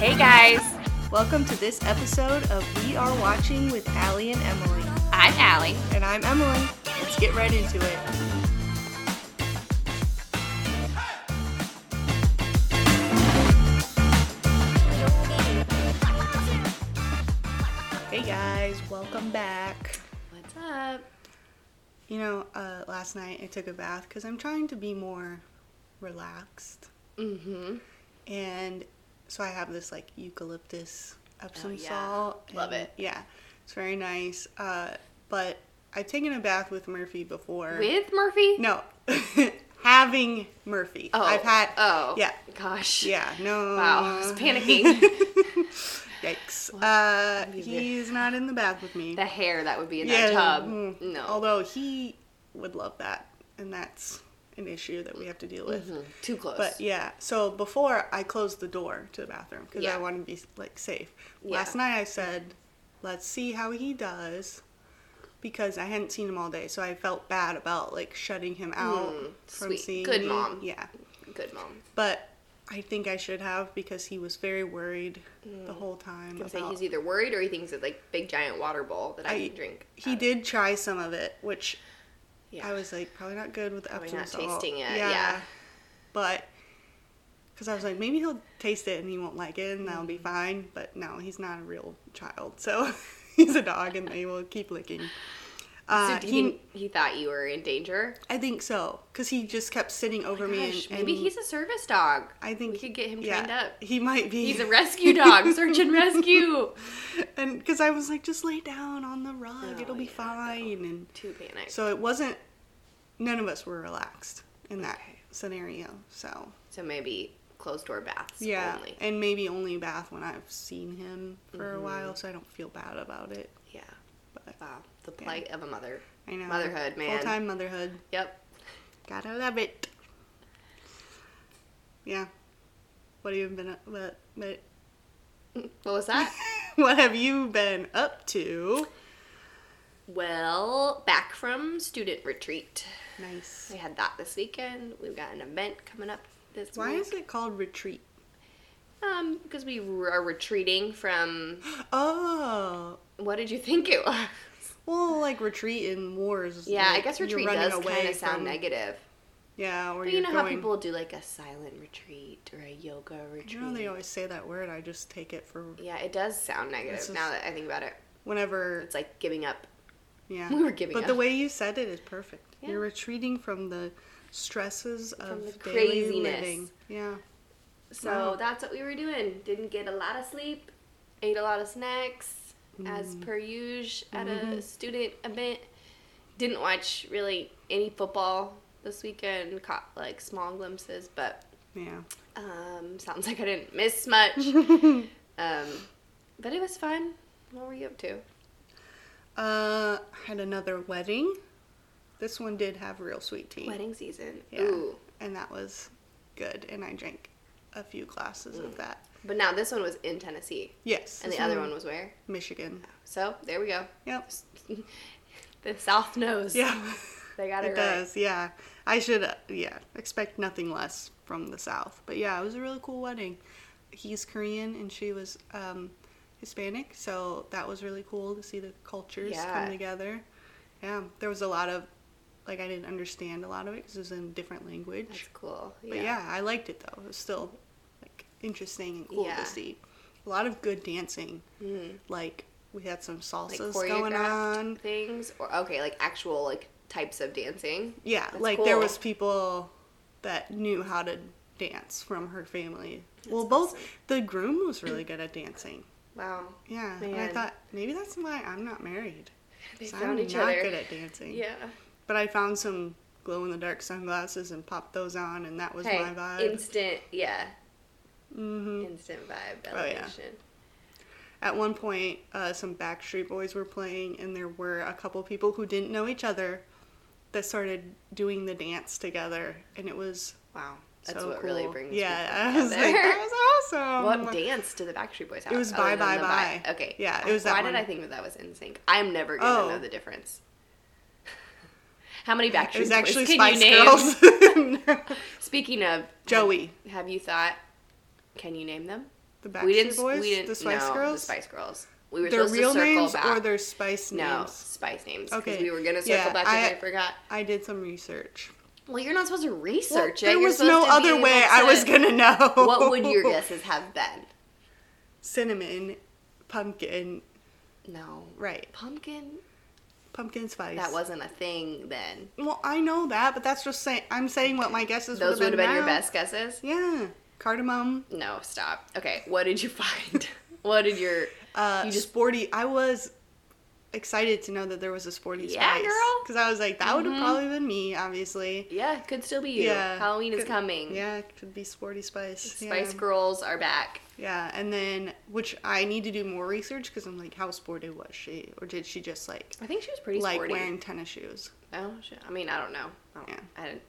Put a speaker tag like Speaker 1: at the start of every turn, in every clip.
Speaker 1: Hey guys,
Speaker 2: Welcome to this episode of We Are Watching with Allie and Emily.
Speaker 1: I'm Allie.
Speaker 2: And I'm Emily. Let's get right into it. Hey guys, welcome back.
Speaker 1: What's up?
Speaker 2: You know, uh, last night I took a bath because I'm trying to be more relaxed.
Speaker 1: Mm-hmm.
Speaker 2: and so I have this like eucalyptus Epsom
Speaker 1: Oh, yeah.
Speaker 2: salt.
Speaker 1: Love
Speaker 2: and-
Speaker 1: it.
Speaker 2: Yeah, it's very nice. Uh, but I've taken a bath with Murphy before.
Speaker 1: With Murphy?
Speaker 2: no, having Murphy.
Speaker 1: Oh.
Speaker 2: I've had.
Speaker 1: Oh.
Speaker 2: yeah.
Speaker 1: Gosh.
Speaker 2: Yeah, no.
Speaker 1: Wow. I was panicking.
Speaker 2: Yikes. Uh,
Speaker 1: you do?
Speaker 2: he's not in the bath with me.
Speaker 1: the hair that would be in
Speaker 2: Yeah,
Speaker 1: that tub.
Speaker 2: mm.
Speaker 1: No.
Speaker 2: Although he would love that, and that's an issue that we have to deal with.
Speaker 1: Mhm. Too close.
Speaker 2: But yeah, so before I closed the door to the bathroom because
Speaker 1: Yeah.
Speaker 2: I wanted to be like safe.
Speaker 1: Yeah.
Speaker 2: Last night I said, "Let's see how he does," because I hadn't seen him all day, so I felt bad about like shutting him out
Speaker 1: Mm,
Speaker 2: from
Speaker 1: sweet.
Speaker 2: seeing
Speaker 1: Good
Speaker 2: me.
Speaker 1: mom.
Speaker 2: Yeah,
Speaker 1: Good mom.
Speaker 2: but I think I should have because he was very worried the whole time.
Speaker 1: I Mm. say
Speaker 2: about-
Speaker 1: he's either worried or he thinks it's like big giant water bowl that I,
Speaker 2: I-
Speaker 1: can drink. Uh,
Speaker 2: He did try some of it, which
Speaker 1: Yeah.
Speaker 2: I was like, probably not good with the
Speaker 1: Probably
Speaker 2: Epsom
Speaker 1: not
Speaker 2: salt.
Speaker 1: tasting it, yeah.
Speaker 2: But because I was like, maybe he'll taste it and he won't like it and that'll
Speaker 1: Mm.
Speaker 2: be fine. But no, he's not a real child, so he's a dog and they will keep licking.
Speaker 1: so
Speaker 2: Uh,
Speaker 1: do you
Speaker 2: he,
Speaker 1: think he thought you were in danger?
Speaker 2: I think so, because he just kept sitting over me. and-
Speaker 1: Oh Gosh,
Speaker 2: and,
Speaker 1: maybe he's a service dog.
Speaker 2: I think
Speaker 1: we could get him
Speaker 2: yeah,
Speaker 1: trained up.
Speaker 2: He might be.
Speaker 1: He's a rescue dog, search and rescue.
Speaker 2: and because I was like, just lay down on the rug,
Speaker 1: Oh,
Speaker 2: it'll be
Speaker 1: yeah, no.
Speaker 2: fine. And
Speaker 1: Too panicked. So,
Speaker 2: so it wasn't. None of us were relaxed in that scenario. So
Speaker 1: maybe closed door baths
Speaker 2: Yeah,
Speaker 1: only.
Speaker 2: and maybe only bath when I've seen him for a while, so I don't feel bad about it.
Speaker 1: Yeah.
Speaker 2: But
Speaker 1: Mm-hmm. Wow. Ah, The plight of a mother.
Speaker 2: I know
Speaker 1: Motherhood, man.
Speaker 2: full time motherhood,
Speaker 1: Yep.
Speaker 2: gotta love it. Yeah, what have you been up? What, what,
Speaker 1: What was that?
Speaker 2: what have you been up to?
Speaker 1: well, back from student retreat.
Speaker 2: Nice.
Speaker 1: We had that this weekend. We've got an event coming up this
Speaker 2: Why
Speaker 1: week.
Speaker 2: is it called retreat?
Speaker 1: Um, because we are retreating from.
Speaker 2: Oh,
Speaker 1: What did you think it was?
Speaker 2: well, like retreat in wars.
Speaker 1: Yeah, I
Speaker 2: like,
Speaker 1: guess
Speaker 2: you're
Speaker 1: retreat
Speaker 2: running
Speaker 1: does
Speaker 2: away
Speaker 1: kind of sound
Speaker 2: from-
Speaker 1: negative.
Speaker 2: Yeah, or
Speaker 1: But you
Speaker 2: you're
Speaker 1: know
Speaker 2: going,
Speaker 1: how people do like a silent retreat or a yoga retreat.
Speaker 2: You know they always say that word. I just take it for
Speaker 1: yeah, it does sound negative
Speaker 2: This is-
Speaker 1: now that I think about it.
Speaker 2: whenever
Speaker 1: It's like giving up.
Speaker 2: Yeah.
Speaker 1: We were giving
Speaker 2: But the
Speaker 1: up.
Speaker 2: way you said it is perfect.
Speaker 1: Yeah.
Speaker 2: You're retreating from the stresses of
Speaker 1: the
Speaker 2: daily
Speaker 1: craziness.
Speaker 2: living. Yeah.
Speaker 1: So
Speaker 2: Wow.
Speaker 1: that's what we were doing. Didn't get a lot of sleep, ate a lot of snacks, as
Speaker 2: Mm.
Speaker 1: per usual at
Speaker 2: Mm-hmm.
Speaker 1: a student event. Didn't watch really any football this weekend. Caught like small glimpses, but
Speaker 2: Yeah.
Speaker 1: um, sounds like I didn't miss much. um, but it was fun. What were you up to?
Speaker 2: Uh had another wedding. This one did have real sweet tea.
Speaker 1: Wedding season.
Speaker 2: Yeah.
Speaker 1: Ooh.
Speaker 2: And that was good and I drank a few glasses of that.
Speaker 1: But now this one was in Tennessee,
Speaker 2: Yes.
Speaker 1: Mm. and
Speaker 2: this
Speaker 1: the other one was where.
Speaker 2: Michigan.
Speaker 1: So there we go.
Speaker 2: Yep.
Speaker 1: The South knows.
Speaker 2: Yeah.
Speaker 1: They got it,
Speaker 2: It
Speaker 1: right.
Speaker 2: does, yeah. I should, uh, yeah, expect nothing less from the South. But yeah, it was a really cool wedding. He's Korean and she was um, Hispanic, so that was really cool to see the cultures
Speaker 1: Yeah.
Speaker 2: come together. Yeah, there was a lot of, like, I didn't understand a lot of it because it was in a different language.
Speaker 1: That's cool.
Speaker 2: But yeah. I liked it though. It was still like interesting and cool
Speaker 1: Yeah. Mm-hmm.
Speaker 2: to see. A lot of good dancing. Like, we had some
Speaker 1: like
Speaker 2: salsas going
Speaker 1: choreographed
Speaker 2: on.
Speaker 1: things or okay like actual like types of dancing
Speaker 2: Yeah,
Speaker 1: That's
Speaker 2: like there
Speaker 1: cool.
Speaker 2: was people that knew how to dance from her family. well,
Speaker 1: awesome.
Speaker 2: both the groom was really good at dancing.
Speaker 1: wow
Speaker 2: Yeah, and I
Speaker 1: Man.
Speaker 2: thought maybe that's why I'm not married.
Speaker 1: They
Speaker 2: 'cause
Speaker 1: found
Speaker 2: I'm
Speaker 1: each
Speaker 2: not
Speaker 1: other.
Speaker 2: good at dancing.
Speaker 1: yeah
Speaker 2: but I found some glow in the dark sunglasses and popped those on, and that was
Speaker 1: hey
Speaker 2: my vibe.
Speaker 1: instant yeah
Speaker 2: hmm
Speaker 1: instant vibe
Speaker 2: Oh, yeah.
Speaker 1: elevation
Speaker 2: At one point, uh, some Backstreet Boys were playing, and there were a couple people who didn't know each other that started doing the dance together, and it was
Speaker 1: wow that's
Speaker 2: so
Speaker 1: what really
Speaker 2: cool.
Speaker 1: brings
Speaker 2: Yeah, I
Speaker 1: people
Speaker 2: was like,
Speaker 1: together.
Speaker 2: that was awesome.
Speaker 1: what dance did the Backstreet Boys have?
Speaker 2: was
Speaker 1: other
Speaker 2: Bye,
Speaker 1: than
Speaker 2: Bye,
Speaker 1: the
Speaker 2: Bye.
Speaker 1: Okay.
Speaker 2: Yeah,
Speaker 1: I-
Speaker 2: it was that
Speaker 1: Why did
Speaker 2: one.
Speaker 1: I think that that was in sync? I'm never gonna
Speaker 2: Oh.
Speaker 1: know the difference. How many Backstreet
Speaker 2: It was
Speaker 1: Boys
Speaker 2: actually
Speaker 1: can
Speaker 2: Spice
Speaker 1: you name?
Speaker 2: Girls.
Speaker 1: Speaking of
Speaker 2: Joey.
Speaker 1: have you thought? Can you name them?
Speaker 2: The Backstreet
Speaker 1: we didn't.
Speaker 2: Boys,
Speaker 1: we didn't.
Speaker 2: the Spice
Speaker 1: no, the
Speaker 2: Girls,
Speaker 1: Spice Girls. We were
Speaker 2: their
Speaker 1: supposed
Speaker 2: real
Speaker 1: to circle
Speaker 2: names
Speaker 1: back.
Speaker 2: or their Spice
Speaker 1: no
Speaker 2: names.
Speaker 1: Spice names. Okay.
Speaker 2: Okay.
Speaker 1: We were gonna circle
Speaker 2: Yeah,
Speaker 1: back, and
Speaker 2: I-
Speaker 1: I forgot.
Speaker 2: I did some research.
Speaker 1: Well, you're not supposed to research
Speaker 2: Well,
Speaker 1: it.
Speaker 2: there
Speaker 1: You're
Speaker 2: was
Speaker 1: supposed
Speaker 2: no
Speaker 1: to
Speaker 2: other
Speaker 1: be
Speaker 2: way
Speaker 1: able
Speaker 2: I was
Speaker 1: to-
Speaker 2: gonna know.
Speaker 1: What would your guesses have been?
Speaker 2: Cinnamon, pumpkin,
Speaker 1: No.
Speaker 2: right?
Speaker 1: Pumpkin.
Speaker 2: Pumpkin spice.
Speaker 1: That wasn't a thing then.
Speaker 2: Well, I know that, but that's just saying. I'm saying what my guesses.
Speaker 1: Those
Speaker 2: would
Speaker 1: would have been your
Speaker 2: now.
Speaker 1: best guesses.
Speaker 2: Yeah, cardamom.
Speaker 1: No, stop. Okay, what did you find? what did your
Speaker 2: Uh,
Speaker 1: You just-
Speaker 2: sporty. I was excited to know that there was a sporty
Speaker 1: Yeah,
Speaker 2: spice.
Speaker 1: girl. Mm-hmm.
Speaker 2: Because I was like, that would have probably been me, obviously.
Speaker 1: yeah could still be you. Halloween is
Speaker 2: Could-
Speaker 1: coming.
Speaker 2: Yeah, it could be sporty spice.
Speaker 1: Spice
Speaker 2: yeah.
Speaker 1: Girls are back.
Speaker 2: Yeah, and then which I need to do more research because I'm like, how sporty was she, or did she just like
Speaker 1: I think she was pretty
Speaker 2: like
Speaker 1: sporty.
Speaker 2: wearing tennis shoes?
Speaker 1: Oh, shit. I mean, I don't know. I don't,
Speaker 2: Yeah.
Speaker 1: I didn't.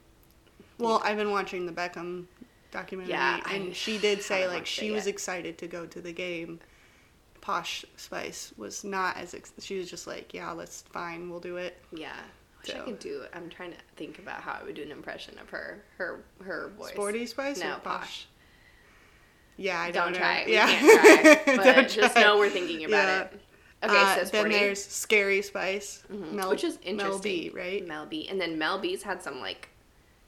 Speaker 2: Well, I've been watching the Beckham documentary,
Speaker 1: Yeah, I-
Speaker 2: and she did say
Speaker 1: haven't
Speaker 2: like
Speaker 1: watched
Speaker 2: she
Speaker 1: it
Speaker 2: was
Speaker 1: yet.
Speaker 2: excited to go to the game. Posh Spice was not as ex- she was just like, yeah, let's fine, we'll do it.
Speaker 1: Yeah. I wish I
Speaker 2: So.
Speaker 1: could do. I'm trying to think about how I would do an impression of her, her, her voice.
Speaker 2: Sporty Spice
Speaker 1: No,
Speaker 2: or
Speaker 1: posh.
Speaker 2: posh? Yeah, I don't,
Speaker 1: Don't
Speaker 2: know.
Speaker 1: try. We
Speaker 2: Yeah,
Speaker 1: can't try. But
Speaker 2: Don't
Speaker 1: just
Speaker 2: try.
Speaker 1: know we're thinking about
Speaker 2: Yeah.
Speaker 1: it. Okay,
Speaker 2: Uh,
Speaker 1: so
Speaker 2: then
Speaker 1: sporty, Mm-hmm.
Speaker 2: there's Scary Spice, Mel,
Speaker 1: which is
Speaker 2: Mel
Speaker 1: interesting.
Speaker 2: B, right?
Speaker 1: Mel B, and then Mel B's had some like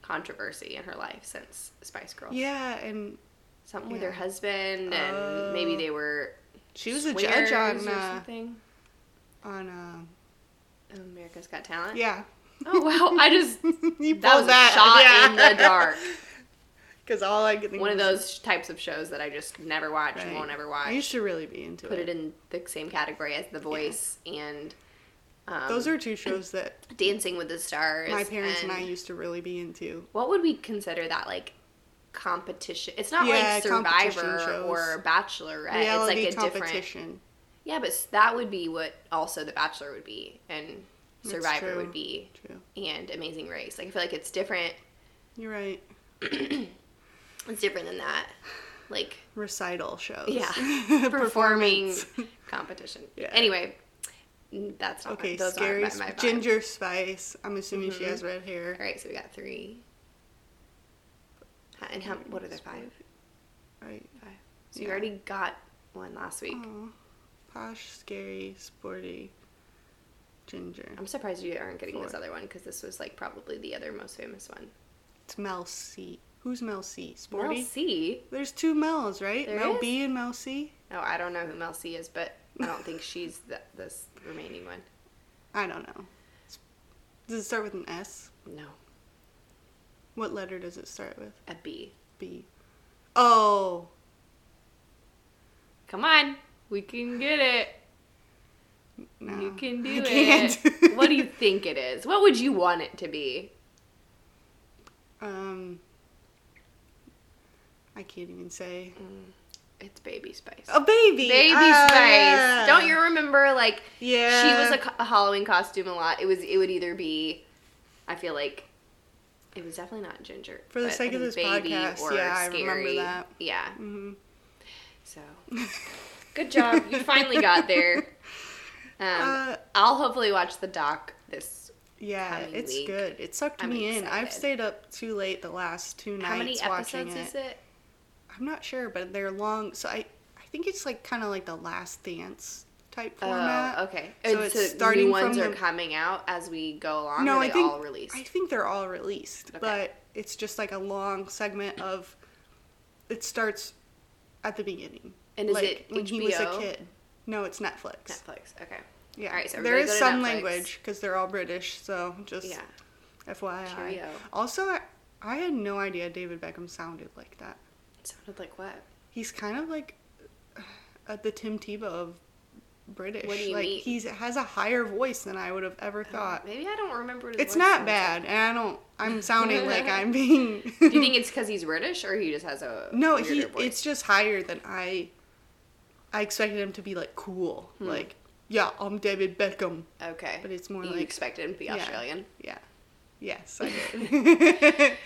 Speaker 1: controversy in her life since Spice Girls.
Speaker 2: Yeah, and
Speaker 1: something with
Speaker 2: Yeah.
Speaker 1: her husband, and maybe
Speaker 2: Oh.
Speaker 1: they were.
Speaker 2: she was a judge
Speaker 1: swingers
Speaker 2: on
Speaker 1: or
Speaker 2: uh,
Speaker 1: something.
Speaker 2: on uh,
Speaker 1: America's Got Talent.
Speaker 2: yeah.
Speaker 1: Oh wow! I just
Speaker 2: you
Speaker 1: that was
Speaker 2: pulled that
Speaker 1: a shot in the dark.
Speaker 2: Because all I could think
Speaker 1: One of
Speaker 2: was-
Speaker 1: those types of shows that I just never watch,
Speaker 2: Right.
Speaker 1: won't ever
Speaker 2: I
Speaker 1: watch.
Speaker 2: used to really be into
Speaker 1: Put
Speaker 2: it.
Speaker 1: it in the same category as The Voice and um,
Speaker 2: Those are two shows that
Speaker 1: Dancing with the Stars.
Speaker 2: my parents and, I used to really be into.
Speaker 1: What would we consider that like? competition it's not
Speaker 2: Yeah,
Speaker 1: like
Speaker 2: competition
Speaker 1: survivor
Speaker 2: shows.
Speaker 1: or bachelor right
Speaker 2: Reality
Speaker 1: it's like a different
Speaker 2: competition.
Speaker 1: Yeah, but s- that would be what also The Bachelor would be and
Speaker 2: That's
Speaker 1: Survivor
Speaker 2: true.
Speaker 1: would be
Speaker 2: True.
Speaker 1: and Amazing Race. Like I feel like it's different.
Speaker 2: You're right.
Speaker 1: It's different than that. Like
Speaker 2: Recital shows.
Speaker 1: yeah, performing
Speaker 2: Performance.
Speaker 1: competition.
Speaker 2: Yeah.
Speaker 1: Anyway, n- that's not
Speaker 2: Okay,
Speaker 1: those
Speaker 2: scary.
Speaker 1: aren't my, my vibe.
Speaker 2: Sp-
Speaker 1: Mm-hmm.
Speaker 2: Ginger Spice. I'm assuming she has red hair.
Speaker 1: All right, so we got three. Ha- And how, what are the five?
Speaker 2: Right.
Speaker 1: Five. So you
Speaker 2: Yeah. Oh.
Speaker 1: already got one last week.
Speaker 2: Aw. Posh, scary, sporty, ginger.
Speaker 1: I'm surprised you aren't getting this
Speaker 2: Four.
Speaker 1: other one because this was like probably the other most famous one.
Speaker 2: It's Mel C. Who's Mel C? Sporty?
Speaker 1: Mel C.
Speaker 2: There's two Mel's, right?
Speaker 1: There
Speaker 2: Mel
Speaker 1: is?
Speaker 2: B and Mel C?
Speaker 1: Oh, I don't know who Mel C is, but I don't think she's the, this remaining one.
Speaker 2: I don't know. It's- Does it start with an S?
Speaker 1: No,
Speaker 2: What letter does it start with?
Speaker 1: a B.
Speaker 2: B. Oh,
Speaker 1: Come on, we can get it.
Speaker 2: no.
Speaker 1: You can do
Speaker 2: I
Speaker 1: it.
Speaker 2: can't.
Speaker 1: what do you think it is? What would you want it to be?
Speaker 2: Um, I can't even say.
Speaker 1: Mm. It's Baby Spice.
Speaker 2: A baby.
Speaker 1: Baby
Speaker 2: Ah,
Speaker 1: Spice.
Speaker 2: Oh, yeah.
Speaker 1: Don't you remember? Like
Speaker 2: Yeah.
Speaker 1: she was a, co- a Halloween costume a lot. It was. It would either be. I feel like. It was definitely not ginger.
Speaker 2: For the
Speaker 1: but I
Speaker 2: sake of
Speaker 1: think
Speaker 2: this podcast, yeah, I remember
Speaker 1: scary.
Speaker 2: that.
Speaker 1: Yeah.
Speaker 2: Mhm.
Speaker 1: So, good job. You finally got there. Um,
Speaker 2: Uh,
Speaker 1: I'll hopefully watch the doc this.
Speaker 2: Yeah,
Speaker 1: coming
Speaker 2: it's
Speaker 1: week.
Speaker 2: good. It sucked
Speaker 1: I'm
Speaker 2: me in. I've
Speaker 1: excited.
Speaker 2: stayed up too late the last two nights
Speaker 1: How many
Speaker 2: watching
Speaker 1: episodes
Speaker 2: it.
Speaker 1: is it?
Speaker 2: I'm not sure, but they're long. So I, I think it's like kind of like the Last Dance type format.
Speaker 1: Oh, okay.
Speaker 2: So
Speaker 1: And
Speaker 2: it's
Speaker 1: so
Speaker 2: starting
Speaker 1: new ones
Speaker 2: from
Speaker 1: are
Speaker 2: the-
Speaker 1: coming out as we go along.
Speaker 2: No,
Speaker 1: or
Speaker 2: I
Speaker 1: they
Speaker 2: think
Speaker 1: all released.
Speaker 2: I think they're all released,
Speaker 1: Okay.
Speaker 2: but it's just like a long segment of. It starts at the beginning.
Speaker 1: And is
Speaker 2: like
Speaker 1: it
Speaker 2: when he was a
Speaker 1: HBO?
Speaker 2: kid? No, it's Netflix.
Speaker 1: Netflix. Okay.
Speaker 2: Yeah,
Speaker 1: All right, so
Speaker 2: there
Speaker 1: everybody
Speaker 2: is
Speaker 1: go to
Speaker 2: some
Speaker 1: Netflix.
Speaker 2: language because they're all British. So just
Speaker 1: Yeah.
Speaker 2: FYI.
Speaker 1: Cheerio.
Speaker 2: Also, I, I had no idea David Beckham sounded like that.
Speaker 1: It sounded like what?
Speaker 2: He's kind of like uh, the Tim Tebow of British.
Speaker 1: What do you
Speaker 2: like
Speaker 1: mean?
Speaker 2: he's has a higher voice than I would have ever
Speaker 1: Oh,
Speaker 2: thought.
Speaker 1: Maybe I don't remember. What his
Speaker 2: it's
Speaker 1: voice
Speaker 2: not
Speaker 1: sounds
Speaker 2: bad, and I don't. I'm sounding like I'm being.
Speaker 1: Like. Do you think it's because he's British or he just has a
Speaker 2: no,
Speaker 1: weirder
Speaker 2: he.
Speaker 1: Voice?
Speaker 2: It's just higher than I. I expected him to be like cool,
Speaker 1: Hmm.
Speaker 2: like yeah, I'm David Beckham.
Speaker 1: okay.
Speaker 2: but it's more
Speaker 1: you
Speaker 2: like-
Speaker 1: expected him to be
Speaker 2: Yeah.
Speaker 1: Australian.
Speaker 2: Yeah. Yes, I did.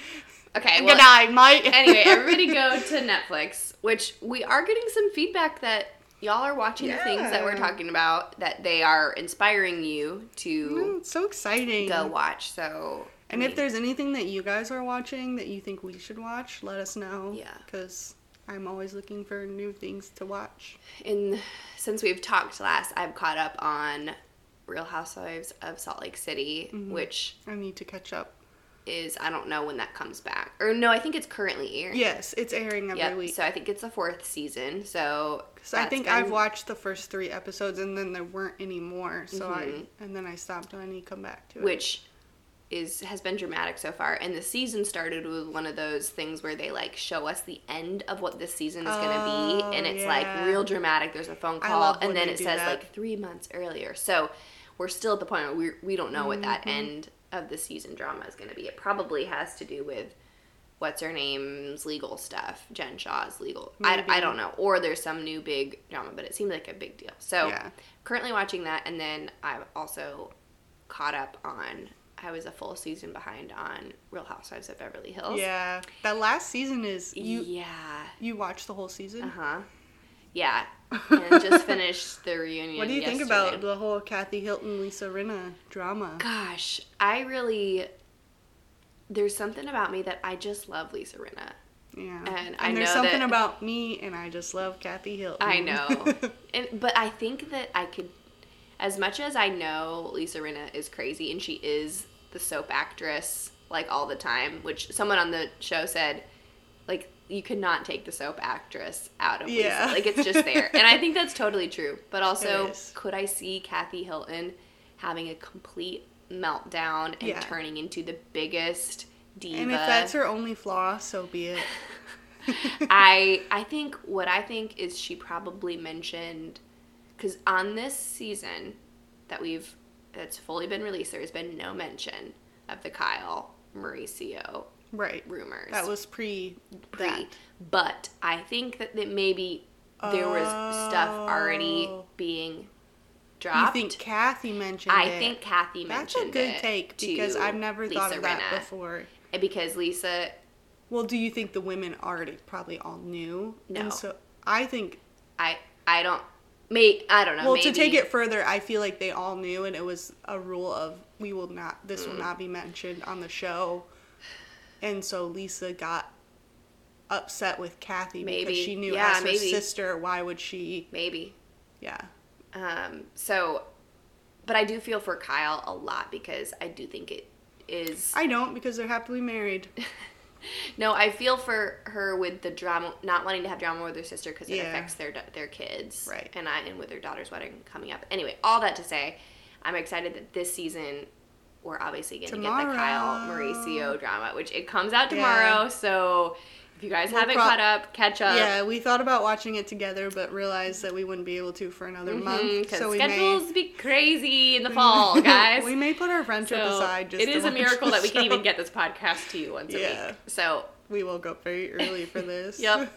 Speaker 1: Okay.
Speaker 2: Good
Speaker 1: Well,
Speaker 2: night, mate.
Speaker 1: anyway, everybody go to Netflix, which we are getting some feedback that y'all are watching the things that we're
Speaker 2: Yeah.
Speaker 1: talking about, that they are inspiring you
Speaker 2: Mm,
Speaker 1: to
Speaker 2: it's so exciting.
Speaker 1: go watch. So, I
Speaker 2: Mm-hmm. And if
Speaker 1: mean,
Speaker 2: there's anything that you guys are watching that you think we should watch, let us know.
Speaker 1: Yeah.
Speaker 2: Because I'm always looking for new things to watch.
Speaker 1: in since we've talked last, I've caught up on Real Housewives of Salt Lake City,
Speaker 2: Mm-hmm.
Speaker 1: which
Speaker 2: I need to catch up.
Speaker 1: is I don't know when that comes back. Or no, I think it's currently airing.
Speaker 2: Yes, it's airing every
Speaker 1: Yep.
Speaker 2: week.
Speaker 1: So I think it's the fourth season. So
Speaker 2: So I
Speaker 1: that's
Speaker 2: think
Speaker 1: been-
Speaker 2: I've watched the first three episodes and then there weren't any more. So I and then I stopped and I need to come back to it.
Speaker 1: Mm-hmm. which is has been dramatic so far. And the season started with one of those things where they like show us the end of what this season is gonna
Speaker 2: Oh,
Speaker 1: be, and it's
Speaker 2: yeah.
Speaker 1: like real dramatic. There's a phone
Speaker 2: I
Speaker 1: call,
Speaker 2: love when
Speaker 1: and then
Speaker 2: they
Speaker 1: it
Speaker 2: do
Speaker 1: says
Speaker 2: that.
Speaker 1: like three months earlier. So we're still at the point where we we don't know what
Speaker 2: Mm-hmm.
Speaker 1: that end of the season drama is gonna be. It probably has to do with. What's her name's legal stuff? Jen Shaw's legal. I, I
Speaker 2: Maybe.
Speaker 1: don't know. Or there's some new big drama, but it seemed like a big deal. So
Speaker 2: Yeah.
Speaker 1: currently watching that, and then I've also caught up on. I was a full season behind on Real Housewives of Beverly Hills.
Speaker 2: yeah, that last season is you.
Speaker 1: yeah,
Speaker 2: You watched the whole season.
Speaker 1: uh huh, yeah, and just finished the reunion.
Speaker 2: What do you think
Speaker 1: yesterday.
Speaker 2: about the whole Kathy Hilton Lisa Rinna drama?
Speaker 1: Gosh, I really. There's something about me that I just love Lisa Rinna.
Speaker 2: Yeah,
Speaker 1: And I
Speaker 2: there's
Speaker 1: know
Speaker 2: something
Speaker 1: that-
Speaker 2: about me, and I just love Kathy Hilton.
Speaker 1: I know. and, but I think that I could, as much as I know Lisa Rinna is crazy and she is the soap actress like all the time, which someone on the show said, like, you could not take the soap actress out of
Speaker 2: Yeah.
Speaker 1: Lisa. Like, it's just there. and I think that's totally true. But also,
Speaker 2: It is.
Speaker 1: could I see Kathy Hilton having a complete meltdown and
Speaker 2: Yeah.
Speaker 1: turning into the biggest diva?
Speaker 2: and if that's her only flaw, so be it.
Speaker 1: I I think what I think is she probably mentioned because on this season that we've that's fully been released, there has been no mention of the Kyle Mauricio
Speaker 2: right.
Speaker 1: rumors.
Speaker 2: That was pre.
Speaker 1: pre,
Speaker 2: that.
Speaker 1: but I think that, that maybe there was stuff already
Speaker 2: Oh.
Speaker 1: being
Speaker 2: You
Speaker 1: dropped.
Speaker 2: think Kathy mentioned
Speaker 1: I
Speaker 2: it.
Speaker 1: think Kathy
Speaker 2: that's a
Speaker 1: mentioned
Speaker 2: good
Speaker 1: it
Speaker 2: take
Speaker 1: to
Speaker 2: because I've never thought
Speaker 1: Lisa
Speaker 2: of that
Speaker 1: Rinna.
Speaker 2: before.
Speaker 1: Because Lisa,
Speaker 2: Well, do you think the women already probably all knew?
Speaker 1: No.
Speaker 2: And so I think
Speaker 1: I I don't. May I don't know.
Speaker 2: well
Speaker 1: maybe,
Speaker 2: to take it further, I feel like they all knew, and it was a rule of we will not this
Speaker 1: Mm.
Speaker 2: will not be mentioned on the show, and so Lisa got upset with Kathy because
Speaker 1: Maybe.
Speaker 2: she knew
Speaker 1: Yeah,
Speaker 2: as her
Speaker 1: maybe.
Speaker 2: sister, why would she?
Speaker 1: maybe
Speaker 2: Yeah,
Speaker 1: Um, so, but I do feel for Kyle a lot because I do think it is.
Speaker 2: I don't because they're happily married.
Speaker 1: No, I feel for her with the drama, not wanting to have drama with her sister because it
Speaker 2: Yeah.
Speaker 1: affects their da- their kids,
Speaker 2: Right.
Speaker 1: And I and with their daughter's wedding coming up. Anyway, all that to say, I'm excited that this season we're obviously going to get the Kyle
Speaker 2: Tomorrow.
Speaker 1: Mauricio drama, which it comes out tomorrow. So if you guys haven't
Speaker 2: prob-
Speaker 1: caught up, catch up.
Speaker 2: yeah, we thought about watching it together, but realized that we wouldn't be able to for another month.
Speaker 1: Because
Speaker 2: So we may
Speaker 1: Mm-hmm, schedules be crazy in the fall, guys.
Speaker 2: we may put our friendship
Speaker 1: So,
Speaker 2: aside. Just
Speaker 1: it
Speaker 2: to
Speaker 1: is a
Speaker 2: watch
Speaker 1: miracle
Speaker 2: the
Speaker 1: that we can
Speaker 2: show.
Speaker 1: even get this podcast to you once a
Speaker 2: Yeah.
Speaker 1: week. So,
Speaker 2: We woke up very early for this.
Speaker 1: yep,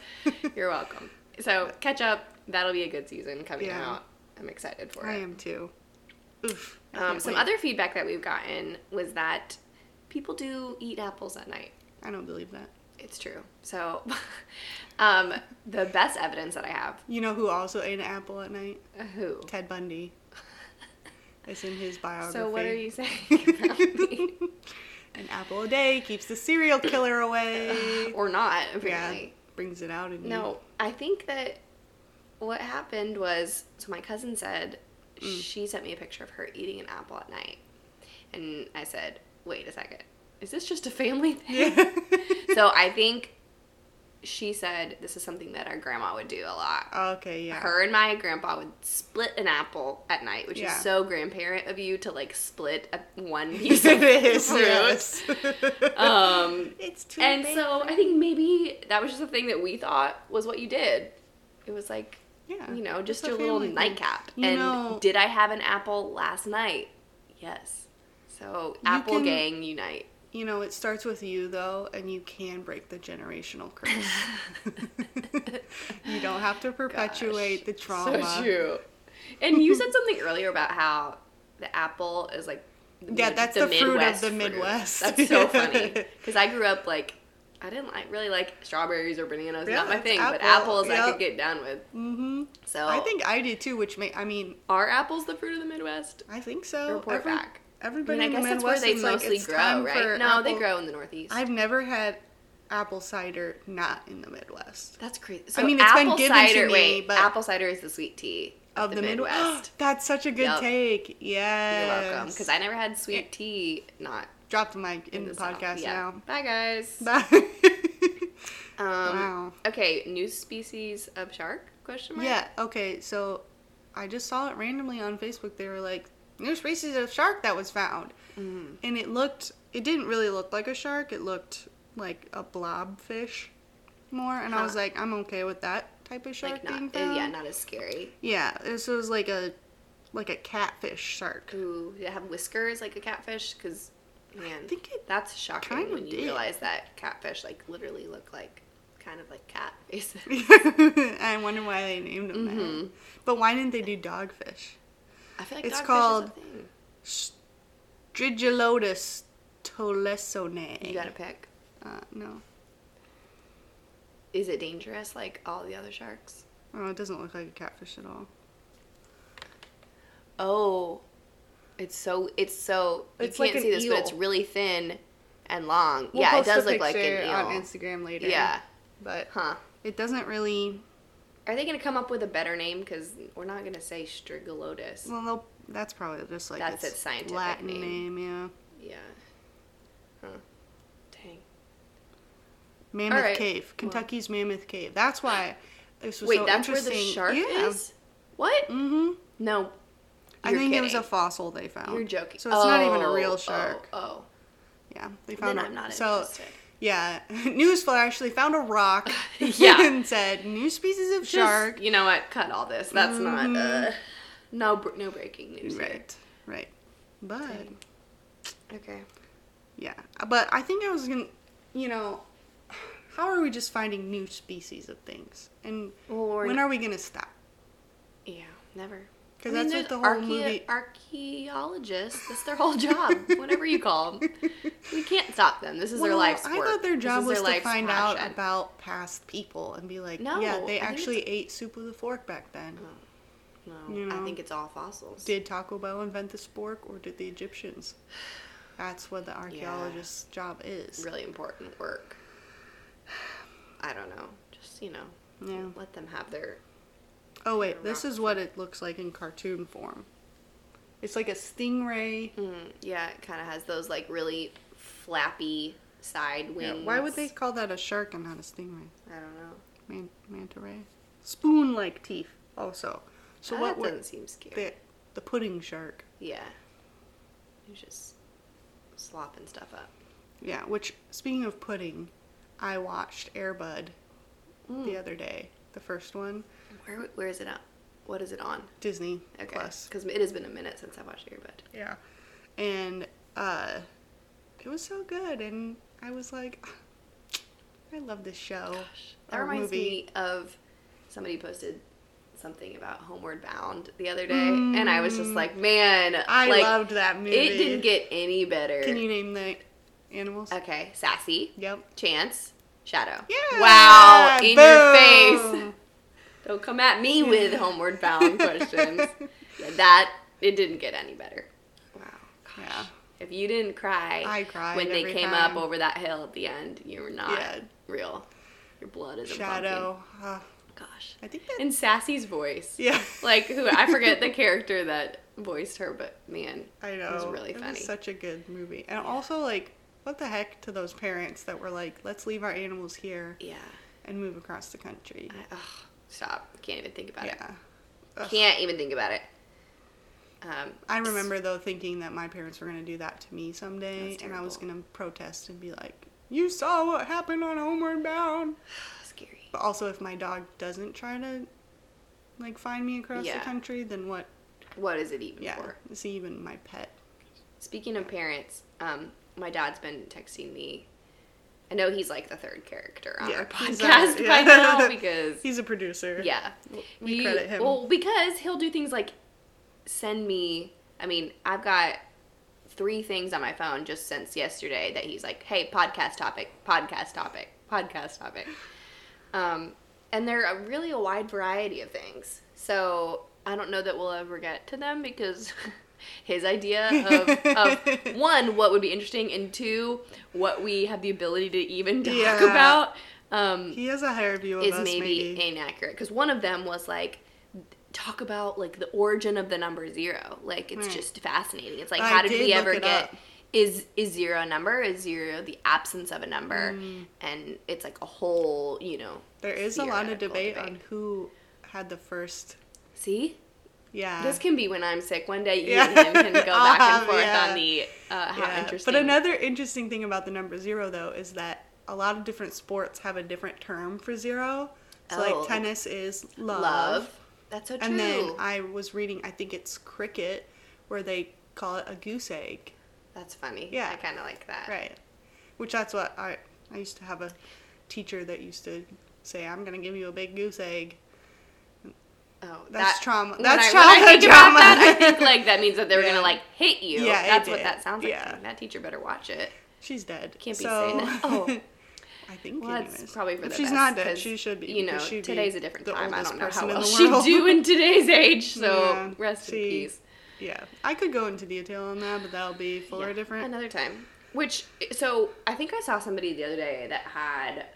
Speaker 1: you're welcome. So, catch up. That'll be a good season coming
Speaker 2: Yeah.
Speaker 1: out. I'm excited for
Speaker 2: I
Speaker 1: it.
Speaker 2: am too. Oof. I
Speaker 1: Um,
Speaker 2: can't
Speaker 1: some
Speaker 2: wait.
Speaker 1: other feedback that we've gotten was that people do eat apples at night.
Speaker 2: I don't believe that.
Speaker 1: It's true. So, um, the best evidence that I have,
Speaker 2: You know who also ate an apple at night?
Speaker 1: who?
Speaker 2: Ted Bundy. It's in his biography.
Speaker 1: So, what are you saying about me?
Speaker 2: An apple a day keeps the serial killer away.
Speaker 1: or not,
Speaker 2: yeah,
Speaker 1: apparently.
Speaker 2: brings it out in you.
Speaker 1: No, I think that what happened was so my cousin said
Speaker 2: Mm.
Speaker 1: she sent me a picture of her eating an apple at night. And I said, "Wait a second. Is this just a family thing?"
Speaker 2: Yeah.
Speaker 1: so I think she said this is something that our grandma would do a lot.
Speaker 2: okay. Oh, Yeah.
Speaker 1: Her and my grandpa would split an apple at night, which
Speaker 2: Yeah.
Speaker 1: is so grandparent of you to like split a, one piece of
Speaker 2: it is.
Speaker 1: fruit.
Speaker 2: Yes.
Speaker 1: Um,
Speaker 2: it's too.
Speaker 1: and
Speaker 2: big.
Speaker 1: so I think maybe that was just a thing that we thought was what you did. It was like,
Speaker 2: Yeah,
Speaker 1: you know,
Speaker 2: it's
Speaker 1: just
Speaker 2: a
Speaker 1: your little
Speaker 2: family thing.
Speaker 1: nightcap.
Speaker 2: You
Speaker 1: and
Speaker 2: know-
Speaker 1: did I have an apple last night? Yes. So apple
Speaker 2: can-
Speaker 1: gang unite.
Speaker 2: You know, it starts with you though, and you can break the generational curse. you don't have to perpetuate the trauma.
Speaker 1: So true. And you said something earlier about how the apple is like the
Speaker 2: Yeah,
Speaker 1: mid-
Speaker 2: that's the fruit of the Midwest.
Speaker 1: That's so funny because I grew up like I didn't like really like strawberries or bananas,
Speaker 2: Yeah,
Speaker 1: not my
Speaker 2: it's
Speaker 1: thing, but
Speaker 2: apple,
Speaker 1: apples I
Speaker 2: yep.
Speaker 1: could get down with.
Speaker 2: hmm
Speaker 1: So
Speaker 2: I think I do too, which may I mean
Speaker 1: are apples the fruit of the Midwest?
Speaker 2: I think so.
Speaker 1: Report back. I
Speaker 2: Everybody
Speaker 1: mean, I guess
Speaker 2: in
Speaker 1: that's
Speaker 2: the
Speaker 1: where
Speaker 2: Midwest
Speaker 1: they
Speaker 2: is
Speaker 1: mostly
Speaker 2: like, it's
Speaker 1: grow,
Speaker 2: time
Speaker 1: right?
Speaker 2: for
Speaker 1: No, they
Speaker 2: apple-
Speaker 1: grow in the Northeast.
Speaker 2: I've never had apple cider not in the Midwest.
Speaker 1: That's crazy.
Speaker 2: I mean, it's been given to
Speaker 1: cider,
Speaker 2: me,
Speaker 1: wait,
Speaker 2: but-
Speaker 1: apple cider is the sweet tea
Speaker 2: Of the, Midwest. That's such a good
Speaker 1: Yup.
Speaker 2: take. Yes.
Speaker 1: You're welcome. Because I never had sweet tea not
Speaker 2: dropped the mic in,
Speaker 1: in
Speaker 2: the,
Speaker 1: South.
Speaker 2: podcast
Speaker 1: Yeah.
Speaker 2: now.
Speaker 1: Bye guys.
Speaker 2: Bye.
Speaker 1: Um,
Speaker 2: Wow.
Speaker 1: Okay, new species of shark? Question mark.
Speaker 2: Yeah, okay, so I just saw it randomly on Facebook. They were like, new species of shark that was found.
Speaker 1: Mm-hmm.
Speaker 2: And it looked, it didn't really look like a shark. It looked like a blob fish more. And I was
Speaker 1: Huh.
Speaker 2: like, I'm okay with that type of shark
Speaker 1: Like
Speaker 2: being
Speaker 1: not. uh,
Speaker 2: found.
Speaker 1: yeah, not as scary.
Speaker 2: Yeah, this was like a, like a catfish shark.
Speaker 1: Ooh, did it have whiskers like a catfish? Because man,
Speaker 2: think it
Speaker 1: that's shocking
Speaker 2: kinda
Speaker 1: when you
Speaker 2: did.
Speaker 1: realize that catfish like literally look like kind of like cat faces. Mm.
Speaker 2: I wonder why they named them
Speaker 1: Mm-hmm.
Speaker 2: that. But why didn't they do dogfish?
Speaker 1: I feel like
Speaker 2: It's
Speaker 1: dogfish
Speaker 2: called-
Speaker 1: Is a thing.
Speaker 2: Strigilotus tolesone.
Speaker 1: You gotta pick.
Speaker 2: Uh, no.
Speaker 1: Is it dangerous like all the other sharks?
Speaker 2: Oh, it doesn't look like a catfish at all.
Speaker 1: Oh, it's so it's so you
Speaker 2: It's like
Speaker 1: can't
Speaker 2: an
Speaker 1: see this, but it's
Speaker 2: eel.
Speaker 1: really thin and long.
Speaker 2: We'll
Speaker 1: yeah, it
Speaker 2: post
Speaker 1: does
Speaker 2: the
Speaker 1: look like
Speaker 2: picture
Speaker 1: an eel.
Speaker 2: on Instagram later.
Speaker 1: Yeah.
Speaker 2: but
Speaker 1: Huh.
Speaker 2: it doesn't really.
Speaker 1: Are they gonna come up with a better name? Because we're not gonna say Strigolotus.
Speaker 2: Well, they'll- that's probably just like
Speaker 1: That's its scientific
Speaker 2: Latin
Speaker 1: name.
Speaker 2: name. yeah.
Speaker 1: yeah. Huh. Dang.
Speaker 2: Mammoth
Speaker 1: right,
Speaker 2: Cave,
Speaker 1: well.
Speaker 2: Kentucky's Mammoth Cave. That's why this was
Speaker 1: Wait,
Speaker 2: so
Speaker 1: that's where the
Speaker 2: interesting.
Speaker 1: shark
Speaker 2: yeah.
Speaker 1: is. What?
Speaker 2: Mm-hmm.
Speaker 1: No.
Speaker 2: I
Speaker 1: You're
Speaker 2: think it was a
Speaker 1: kidding.
Speaker 2: fossil they found.
Speaker 1: You're joking.
Speaker 2: So it's not even a
Speaker 1: Oh,
Speaker 2: real
Speaker 1: oh,
Speaker 2: shark.
Speaker 1: Oh.
Speaker 2: Yeah, they
Speaker 1: Then
Speaker 2: found. a,
Speaker 1: I'm not
Speaker 2: so,
Speaker 1: interested.
Speaker 2: Yeah, newsflash. They found a rock.
Speaker 1: Yeah.
Speaker 2: and said new species of shark. Mm-hmm.
Speaker 1: Just, you know what? Cut all this. That's not. Uh, no. br- No breaking news. here.
Speaker 2: Right, right. But
Speaker 1: Okay.
Speaker 2: yeah, but I think I was gonna, you know, how are we just finding new species of things, and
Speaker 1: Well, we're n-
Speaker 2: when are we gonna stop?
Speaker 1: Yeah. Never.
Speaker 2: 'Cause
Speaker 1: I mean,
Speaker 2: that's
Speaker 1: there's
Speaker 2: what the whole movie-
Speaker 1: Archaeologists. That's their whole job. whatever you call them. We can't stop them. This is their
Speaker 2: Well,
Speaker 1: life's
Speaker 2: I
Speaker 1: work.
Speaker 2: thought their
Speaker 1: This
Speaker 2: job
Speaker 1: is
Speaker 2: was to
Speaker 1: life's
Speaker 2: find out
Speaker 1: passion.
Speaker 2: about past people and be like,
Speaker 1: No,
Speaker 2: yeah, they
Speaker 1: I think
Speaker 2: actually ate soup with a fork back then.
Speaker 1: No,
Speaker 2: you know.
Speaker 1: I think it's all fossils.
Speaker 2: Did Taco Bell invent this fork, or did the Egyptians? That's what the archaeologist's job is.
Speaker 1: really important work. I don't know. Just, you know,
Speaker 2: Yeah.
Speaker 1: let them have their.
Speaker 2: Oh wait,
Speaker 1: a
Speaker 2: this
Speaker 1: rock
Speaker 2: is what it looks like in cartoon form. It's like a stingray.
Speaker 1: Mm, yeah, it kind of has those, like, really flappy side
Speaker 2: Yeah,
Speaker 1: wings.
Speaker 2: Why would they call that a shark and not a stingray?
Speaker 1: I don't know.
Speaker 2: Man- manta ray. Oh, Spoon like teeth, also. So,
Speaker 1: Ah, that
Speaker 2: what
Speaker 1: doesn't
Speaker 2: was
Speaker 1: seem scary.
Speaker 2: the, the pudding shark?
Speaker 1: Yeah. You're just slopping stuff up.
Speaker 2: Yeah, which, speaking of pudding, I watched Airbud the
Speaker 1: Mm.
Speaker 2: other day, the first one,
Speaker 1: Where, where is it at? What is it on?
Speaker 2: Disney
Speaker 1: Okay.
Speaker 2: Plus.
Speaker 1: Because it has been a minute since I watched Earbud.
Speaker 2: Yeah. And uh, it was so good, and I was like, I love this show.
Speaker 1: That
Speaker 2: or
Speaker 1: reminds
Speaker 2: Oh, movie.
Speaker 1: me of somebody posted something about Homeward Bound the other day, and I was just like, man,
Speaker 2: Mm. I
Speaker 1: like,
Speaker 2: loved that movie.
Speaker 1: It didn't get any better.
Speaker 2: Can you name the animals?
Speaker 1: Okay, sassy,
Speaker 2: Yep.
Speaker 1: chance, shadow.
Speaker 2: Yeah.
Speaker 1: Wow, in your face.
Speaker 2: Boom.
Speaker 1: Don't come at me with Homeward Bound questions. Yeah, that it didn't get any better. Wow. Gosh.
Speaker 2: Yeah.
Speaker 1: If you didn't cry,
Speaker 2: I cried
Speaker 1: when they
Speaker 2: every
Speaker 1: came
Speaker 2: time.
Speaker 1: up over that hill at the end. You were not
Speaker 2: Yeah.
Speaker 1: real. Your blood is
Speaker 2: Shadow. Uh,
Speaker 1: A pumpkin. Gosh.
Speaker 2: I think that.
Speaker 1: And Sassy's voice.
Speaker 2: yeah.
Speaker 1: Like who I forget the character that voiced her, but man,
Speaker 2: I know.
Speaker 1: it was really funny.
Speaker 2: It was such a good movie, and also like, what the heck to those parents that were like, let's leave our animals here
Speaker 1: yeah.
Speaker 2: and move across the country.
Speaker 1: I, ugh, stop. Can't even think about it.
Speaker 2: yeah. Ugh.
Speaker 1: Can't even think about it. Um,
Speaker 2: I remember though thinking that my parents were gonna do that to me someday,
Speaker 1: That's
Speaker 2: and I was
Speaker 1: terrible.
Speaker 2: gonna protest and be like, "You saw what happened on Homeward Bound."
Speaker 1: scary.
Speaker 2: But also, if my dog doesn't try to like find me across the
Speaker 1: Yeah.
Speaker 2: country, then what?
Speaker 1: What is it even
Speaker 2: Yeah,
Speaker 1: for?
Speaker 2: is he even my pet?
Speaker 1: Speaking of parents, um, my dad's been texting me. I know he's like the third character on our
Speaker 2: he's
Speaker 1: podcast
Speaker 2: a-
Speaker 1: by
Speaker 2: yeah.
Speaker 1: now because
Speaker 2: he's a producer.
Speaker 1: yeah,
Speaker 2: we credit him.
Speaker 1: Well, because he'll do things like send me. I mean, I've got three things on my phone just since yesterday that he's like, "Hey, podcast topic, podcast topic, podcast topic," um, and they're a really a wide variety of things. So I don't know that we'll ever get to them because his idea of, of one, what would be interesting, and two, what we have the ability to even talk
Speaker 2: Yeah.
Speaker 1: about um,
Speaker 2: He has a higher view of
Speaker 1: is
Speaker 2: us,
Speaker 1: maybe,
Speaker 2: maybe.
Speaker 1: inaccurate. Because one of them was like, talk about like the origin of the number zero. Like it's
Speaker 2: Right.
Speaker 1: just fascinating. It's like
Speaker 2: Hmm. I
Speaker 1: how did,
Speaker 2: did
Speaker 1: we
Speaker 2: look
Speaker 1: ever
Speaker 2: it
Speaker 1: get
Speaker 2: up.
Speaker 1: is is zero a number? Is zero the absence of a number? And it's like a whole you know.
Speaker 2: Hmm. There is a lot of
Speaker 1: theoretical
Speaker 2: debate, on who had the first.
Speaker 1: See,
Speaker 2: Yeah.
Speaker 1: this can be when I'm sick. One day you
Speaker 2: Yeah.
Speaker 1: and him can go
Speaker 2: I'll
Speaker 1: back
Speaker 2: have-
Speaker 1: and forth
Speaker 2: yeah.
Speaker 1: on the uh, how
Speaker 2: Yeah.
Speaker 1: interesting.
Speaker 2: But another interesting thing about the number zero, though, is that a lot of different sports have a different term for zero. So,
Speaker 1: Oh.
Speaker 2: like tennis is love.
Speaker 1: love. That's so true.
Speaker 2: And then I was reading, I think it's cricket, where they call it a goose egg.
Speaker 1: That's funny.
Speaker 2: Yeah.
Speaker 1: I kind of like that.
Speaker 2: Right. Which that's what I I used to have a teacher that used to say, "I'm gonna give you a big goose egg."
Speaker 1: Oh,
Speaker 2: That's
Speaker 1: that-
Speaker 2: trauma-
Speaker 1: when I,
Speaker 2: that's
Speaker 1: when I
Speaker 2: childhood
Speaker 1: think about
Speaker 2: trauma.
Speaker 1: that, I think like that means that they were
Speaker 2: Yeah.
Speaker 1: gonna like hate you.
Speaker 2: Yeah, it
Speaker 1: that's what
Speaker 2: did.
Speaker 1: that sounds like.
Speaker 2: Yeah.
Speaker 1: to me. That teacher better watch it.
Speaker 2: She's dead.
Speaker 1: Can't be
Speaker 2: so,
Speaker 1: saying that. Oh.
Speaker 2: I think
Speaker 1: Well,
Speaker 2: anyways.
Speaker 1: that's probably for the
Speaker 2: if she's
Speaker 1: best,
Speaker 2: not dead.
Speaker 1: 'cause,
Speaker 2: She should be.
Speaker 1: You know,
Speaker 2: because she'd be
Speaker 1: today's a different
Speaker 2: the
Speaker 1: time. I
Speaker 2: oldest
Speaker 1: don't know how
Speaker 2: person in
Speaker 1: well
Speaker 2: the
Speaker 1: she
Speaker 2: world.
Speaker 1: do in today's age. So
Speaker 2: Yeah,
Speaker 1: rest in
Speaker 2: see,
Speaker 1: peace.
Speaker 2: Yeah, I could go into detail on that, but that'll be for
Speaker 1: Yeah,
Speaker 2: a different.
Speaker 1: Another time. Which so I think I saw somebody the other day that had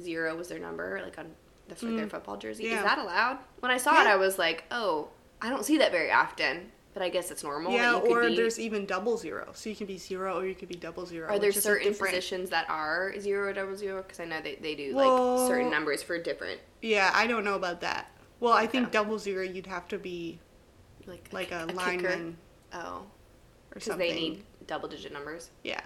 Speaker 1: zero was their number like on the for their football jersey. Is
Speaker 2: Mm. Yeah.
Speaker 1: that allowed? When I saw it,
Speaker 2: Yeah.
Speaker 1: I was like, oh, I don't see that very often. But I guess it's normal. that
Speaker 2: yeah,
Speaker 1: you could
Speaker 2: or
Speaker 1: be-
Speaker 2: there's even double zero, so you can be zero or you could be double zero.
Speaker 1: Are there
Speaker 2: which is a
Speaker 1: certain
Speaker 2: different-
Speaker 1: positions that are zero double zero? Because I know they, they do like
Speaker 2: Well-
Speaker 1: certain numbers for different
Speaker 2: Yeah, I don't know about that. Well, I think
Speaker 1: Okay.
Speaker 2: double zero, you'd have to be
Speaker 1: like
Speaker 2: like a,
Speaker 1: kicker.
Speaker 2: lineman
Speaker 1: Oh,
Speaker 2: or
Speaker 1: because
Speaker 2: something.
Speaker 1: they need double digit numbers.
Speaker 2: yeah,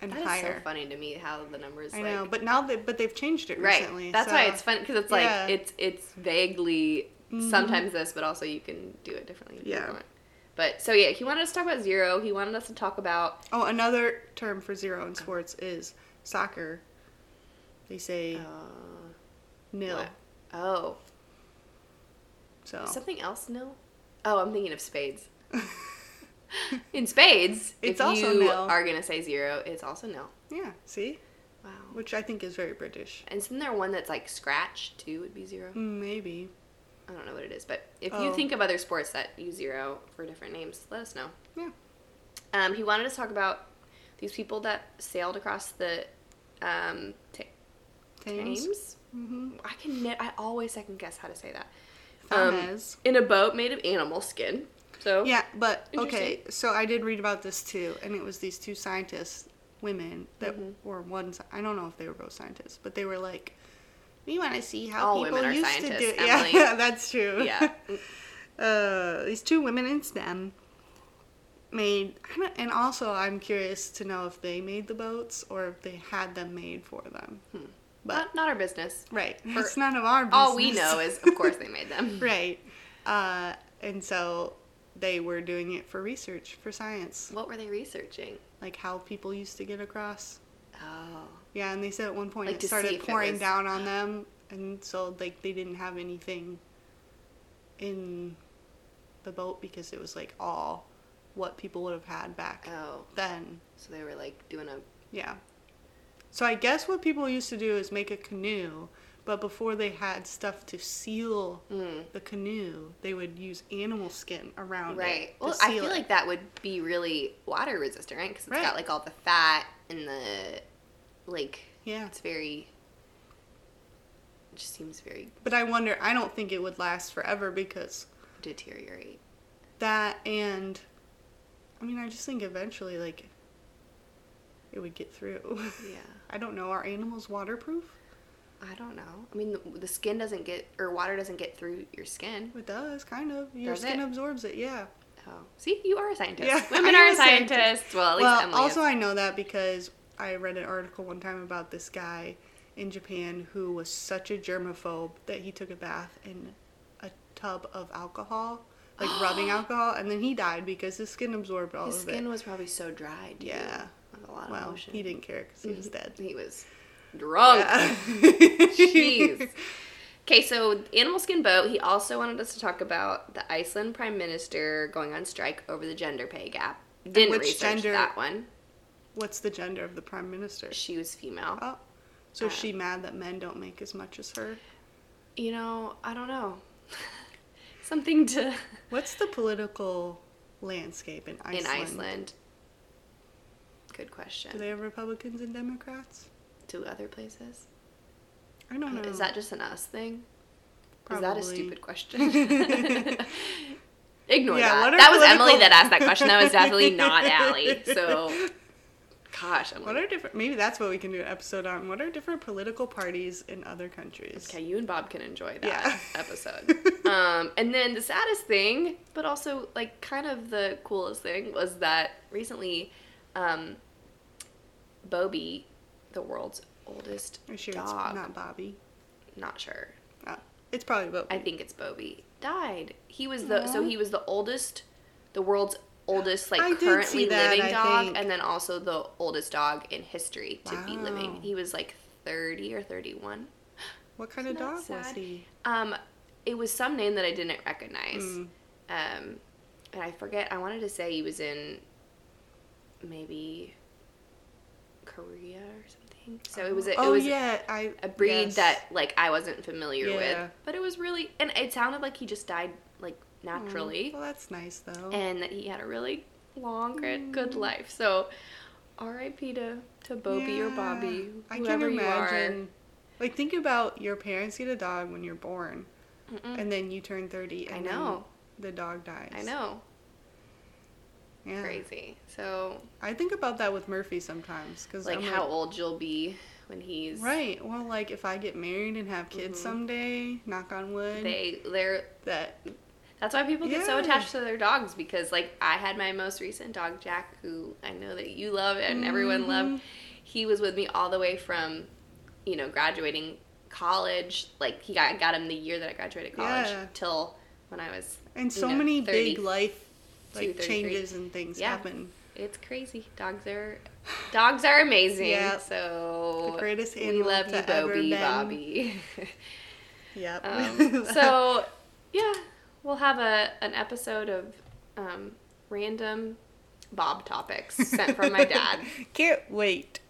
Speaker 2: and
Speaker 1: That is
Speaker 2: higher.
Speaker 1: so funny to me how the numbers.
Speaker 2: I
Speaker 1: like,
Speaker 2: know, but now they but they've changed it
Speaker 1: right.
Speaker 2: recently.
Speaker 1: That's
Speaker 2: so-
Speaker 1: why it's fun because it's like
Speaker 2: Yeah. Mm-hmm.
Speaker 1: it's it's vaguely sometimes this, but also you can do it differently. if you
Speaker 2: Yeah.
Speaker 1: want. But so yeah, he wanted us to talk about zero. He wanted us to talk about
Speaker 2: Oh, another term for zero in sports is soccer. They say
Speaker 1: uh,
Speaker 2: nil.
Speaker 1: what? Oh,
Speaker 2: So
Speaker 1: something else. No. Oh, I'm thinking of spades. In spades, if
Speaker 2: It's also
Speaker 1: you
Speaker 2: nil.
Speaker 1: are gonna say zero, it's also nil.
Speaker 2: yeah, see,
Speaker 1: Wow.
Speaker 2: which I think is very British.
Speaker 1: And isn't there one that's like scratch too would be zero?
Speaker 2: Maybe.
Speaker 1: I don't know what it is, but if you
Speaker 2: Mm. Oh.
Speaker 1: think of other sports that use zero for different names, let us know.
Speaker 2: Yeah.
Speaker 1: Um, he wanted us to talk about these people that sailed across the um, Ta- Thames.
Speaker 2: Mm-hmm.
Speaker 1: I can ne- I always second guess how to say that. Um,
Speaker 2: Thames.
Speaker 1: in a boat made of animal skin. So
Speaker 2: Yeah, but okay.
Speaker 1: Interesting.
Speaker 2: So I did read about this too, and it was these two scientists, women that
Speaker 1: Mm-hmm.
Speaker 2: were one. sci- I don't know if they were both scientists, but they were like, "We want to see how
Speaker 1: All
Speaker 2: people
Speaker 1: women are
Speaker 2: used to do."
Speaker 1: scientists,
Speaker 2: it." Yeah,
Speaker 1: Emily.
Speaker 2: that's true.
Speaker 1: yeah.
Speaker 2: uh, these two women in STEM made, I don't- and also I'm curious to know if they made the boats or if they had them made for them. But
Speaker 1: not, not our business.
Speaker 2: right,
Speaker 1: Hmm. for-
Speaker 2: it's none of our business.
Speaker 1: All we know is, of course, they made them.
Speaker 2: right, uh, and so they were doing it for research for science,
Speaker 1: What were they researching?
Speaker 2: like how people used to get across.
Speaker 1: Oh.
Speaker 2: Yeah, and they said at one point
Speaker 1: Like to
Speaker 2: it
Speaker 1: see if
Speaker 2: started
Speaker 1: it
Speaker 2: pouring
Speaker 1: was-
Speaker 2: down on them, and so like they didn't have anything in the boat because it was like all what people would have had back
Speaker 1: Oh.
Speaker 2: then.
Speaker 1: So they were like doing a
Speaker 2: Yeah. So I guess what people used to do is make a canoe, but before they had stuff to seal
Speaker 1: mm,
Speaker 2: the canoe, they would use animal skin around it.
Speaker 1: Right.
Speaker 2: to
Speaker 1: Well, I
Speaker 2: Oh, seal
Speaker 1: feel
Speaker 2: it.
Speaker 1: like that would be really water resistant, right? Because it's got
Speaker 2: Right.
Speaker 1: like all the fat and the like.
Speaker 2: yeah.
Speaker 1: It's very. It just seems very
Speaker 2: But I wonder. I don't think it would last forever because
Speaker 1: deteriorate.
Speaker 2: that and i mean i just think eventually like it would get through
Speaker 1: Yeah.
Speaker 2: i don't know are animals waterproof
Speaker 1: I don't know. I mean, the, the skin doesn't get or water doesn't get through your skin.
Speaker 2: it does kind of your
Speaker 1: Does
Speaker 2: skin
Speaker 1: it?
Speaker 2: absorbs it yeah
Speaker 1: Oh, see, you are a scientist.
Speaker 2: Yeah,
Speaker 1: Women
Speaker 2: I
Speaker 1: are
Speaker 2: am a
Speaker 1: scientists.
Speaker 2: scientist.
Speaker 1: Well, at least
Speaker 2: well
Speaker 1: Emily
Speaker 2: also
Speaker 1: is.
Speaker 2: i know that because i read an article one time about this guy in japan who was such a germaphobe that he took a bath in a tub of alcohol like rubbing alcohol and then he died because his skin absorbed all
Speaker 1: His
Speaker 2: of
Speaker 1: skin
Speaker 2: it
Speaker 1: was probably so dry. Dude,
Speaker 2: Yeah.
Speaker 1: With a lot of
Speaker 2: well
Speaker 1: motion.
Speaker 2: he didn't care because he was dead
Speaker 1: He was drunk. Jeez. Okay, so animal skin boat. He also wanted us to talk about the Iceland prime minister going on strike over the gender pay gap. Didn't
Speaker 2: which
Speaker 1: research
Speaker 2: gender-
Speaker 1: that one.
Speaker 2: What's the gender of the prime minister?
Speaker 1: She was female.
Speaker 2: Oh, so is
Speaker 1: Uh,
Speaker 2: she mad that men don't make as much as her?
Speaker 1: You know, I don't know. Something to.
Speaker 2: What's the political landscape in Iceland?
Speaker 1: in Iceland? Good question.
Speaker 2: Do they have Republicans and Democrats?
Speaker 1: to other places?
Speaker 2: I don't know.
Speaker 1: Um, Is that just an us thing? Is that a
Speaker 2: Probably.
Speaker 1: stupid question? Ignore
Speaker 2: Yeah,
Speaker 1: that.
Speaker 2: what are
Speaker 1: That was
Speaker 2: political-
Speaker 1: Emily that asked that question. That was definitely not Allie. So, gosh, I'm
Speaker 2: What are different? Maybe that's what we can do an episode on. What are different political parties in other countries?
Speaker 1: okay. You and Bob can enjoy that
Speaker 2: Yeah.
Speaker 1: episode. Um, and then the saddest thing, but also like kind of the coolest thing, was that recently, um, Bobby, the world's oldest
Speaker 2: Are you sure it's
Speaker 1: dog,
Speaker 2: not Bobby?
Speaker 1: not sure,
Speaker 2: Oh, it's probably Bobby.
Speaker 1: I think it's Bobby, died. He was the so
Speaker 2: Aw.
Speaker 1: he was the oldest, the world's oldest like
Speaker 2: I did see
Speaker 1: currently
Speaker 2: that,
Speaker 1: living
Speaker 2: I
Speaker 1: dog,
Speaker 2: think.
Speaker 1: and then also the oldest dog in history to be living.
Speaker 2: Wow.
Speaker 1: He was like thirty or thirty-one.
Speaker 2: What kind of
Speaker 1: Isn't that
Speaker 2: dog was
Speaker 1: sad?
Speaker 2: he?
Speaker 1: Um, it was some name that I didn't recognize.
Speaker 2: Mm.
Speaker 1: Um, and I forget. I wanted to say he was in maybe Korea or something. So it was a, it
Speaker 2: oh
Speaker 1: was
Speaker 2: yeah, I
Speaker 1: a breed
Speaker 2: yes.
Speaker 1: that like I wasn't familiar
Speaker 2: Yeah.
Speaker 1: with. But it was really and it sounded like he just died like
Speaker 2: Mm,
Speaker 1: naturally
Speaker 2: Well, that's nice though.
Speaker 1: and that he had a really long good, good
Speaker 2: Mm.
Speaker 1: life. So R.I.P. to to Bobby or
Speaker 2: Yeah.
Speaker 1: Bobby,
Speaker 2: I can
Speaker 1: whoever
Speaker 2: imagine. Like think about your parents get a dog when you're born,
Speaker 1: you are. Mm-mm.
Speaker 2: and then you turn thirty. And
Speaker 1: I know.
Speaker 2: Then the dog dies.
Speaker 1: I know.
Speaker 2: Yeah.
Speaker 1: Crazy. So
Speaker 2: I think about that with Murphy sometimes because
Speaker 1: like how old you'll be when he's
Speaker 2: Right. Well, like if I get married and have kids
Speaker 1: Mhm.
Speaker 2: someday, knock on wood,
Speaker 1: They they're
Speaker 2: that
Speaker 1: that's why people get so
Speaker 2: Yeah.
Speaker 1: attached to their dogs because like I had my most recent dog Jack who I know that you love and everyone loved.
Speaker 2: Mhm.
Speaker 1: He was with me all the way from you know graduating college. Like he got I got him the year that I graduated college
Speaker 2: Yeah.
Speaker 1: till when I was
Speaker 2: and
Speaker 1: you
Speaker 2: so
Speaker 1: know,
Speaker 2: many
Speaker 1: 30.
Speaker 2: big life like
Speaker 1: 33.
Speaker 2: changes and things
Speaker 1: Yeah.
Speaker 2: happen.
Speaker 1: It's crazy. Dogs are dogs are amazing.
Speaker 2: Yeah.
Speaker 1: So
Speaker 2: The greatest
Speaker 1: we
Speaker 2: animal
Speaker 1: love
Speaker 2: to
Speaker 1: you,
Speaker 2: ever
Speaker 1: Bobby,
Speaker 2: been.
Speaker 1: Bobby.
Speaker 2: Yep.
Speaker 1: Um, so, yeah, we'll have a an episode of um, random Bob topics sent from my dad.
Speaker 2: Can't wait.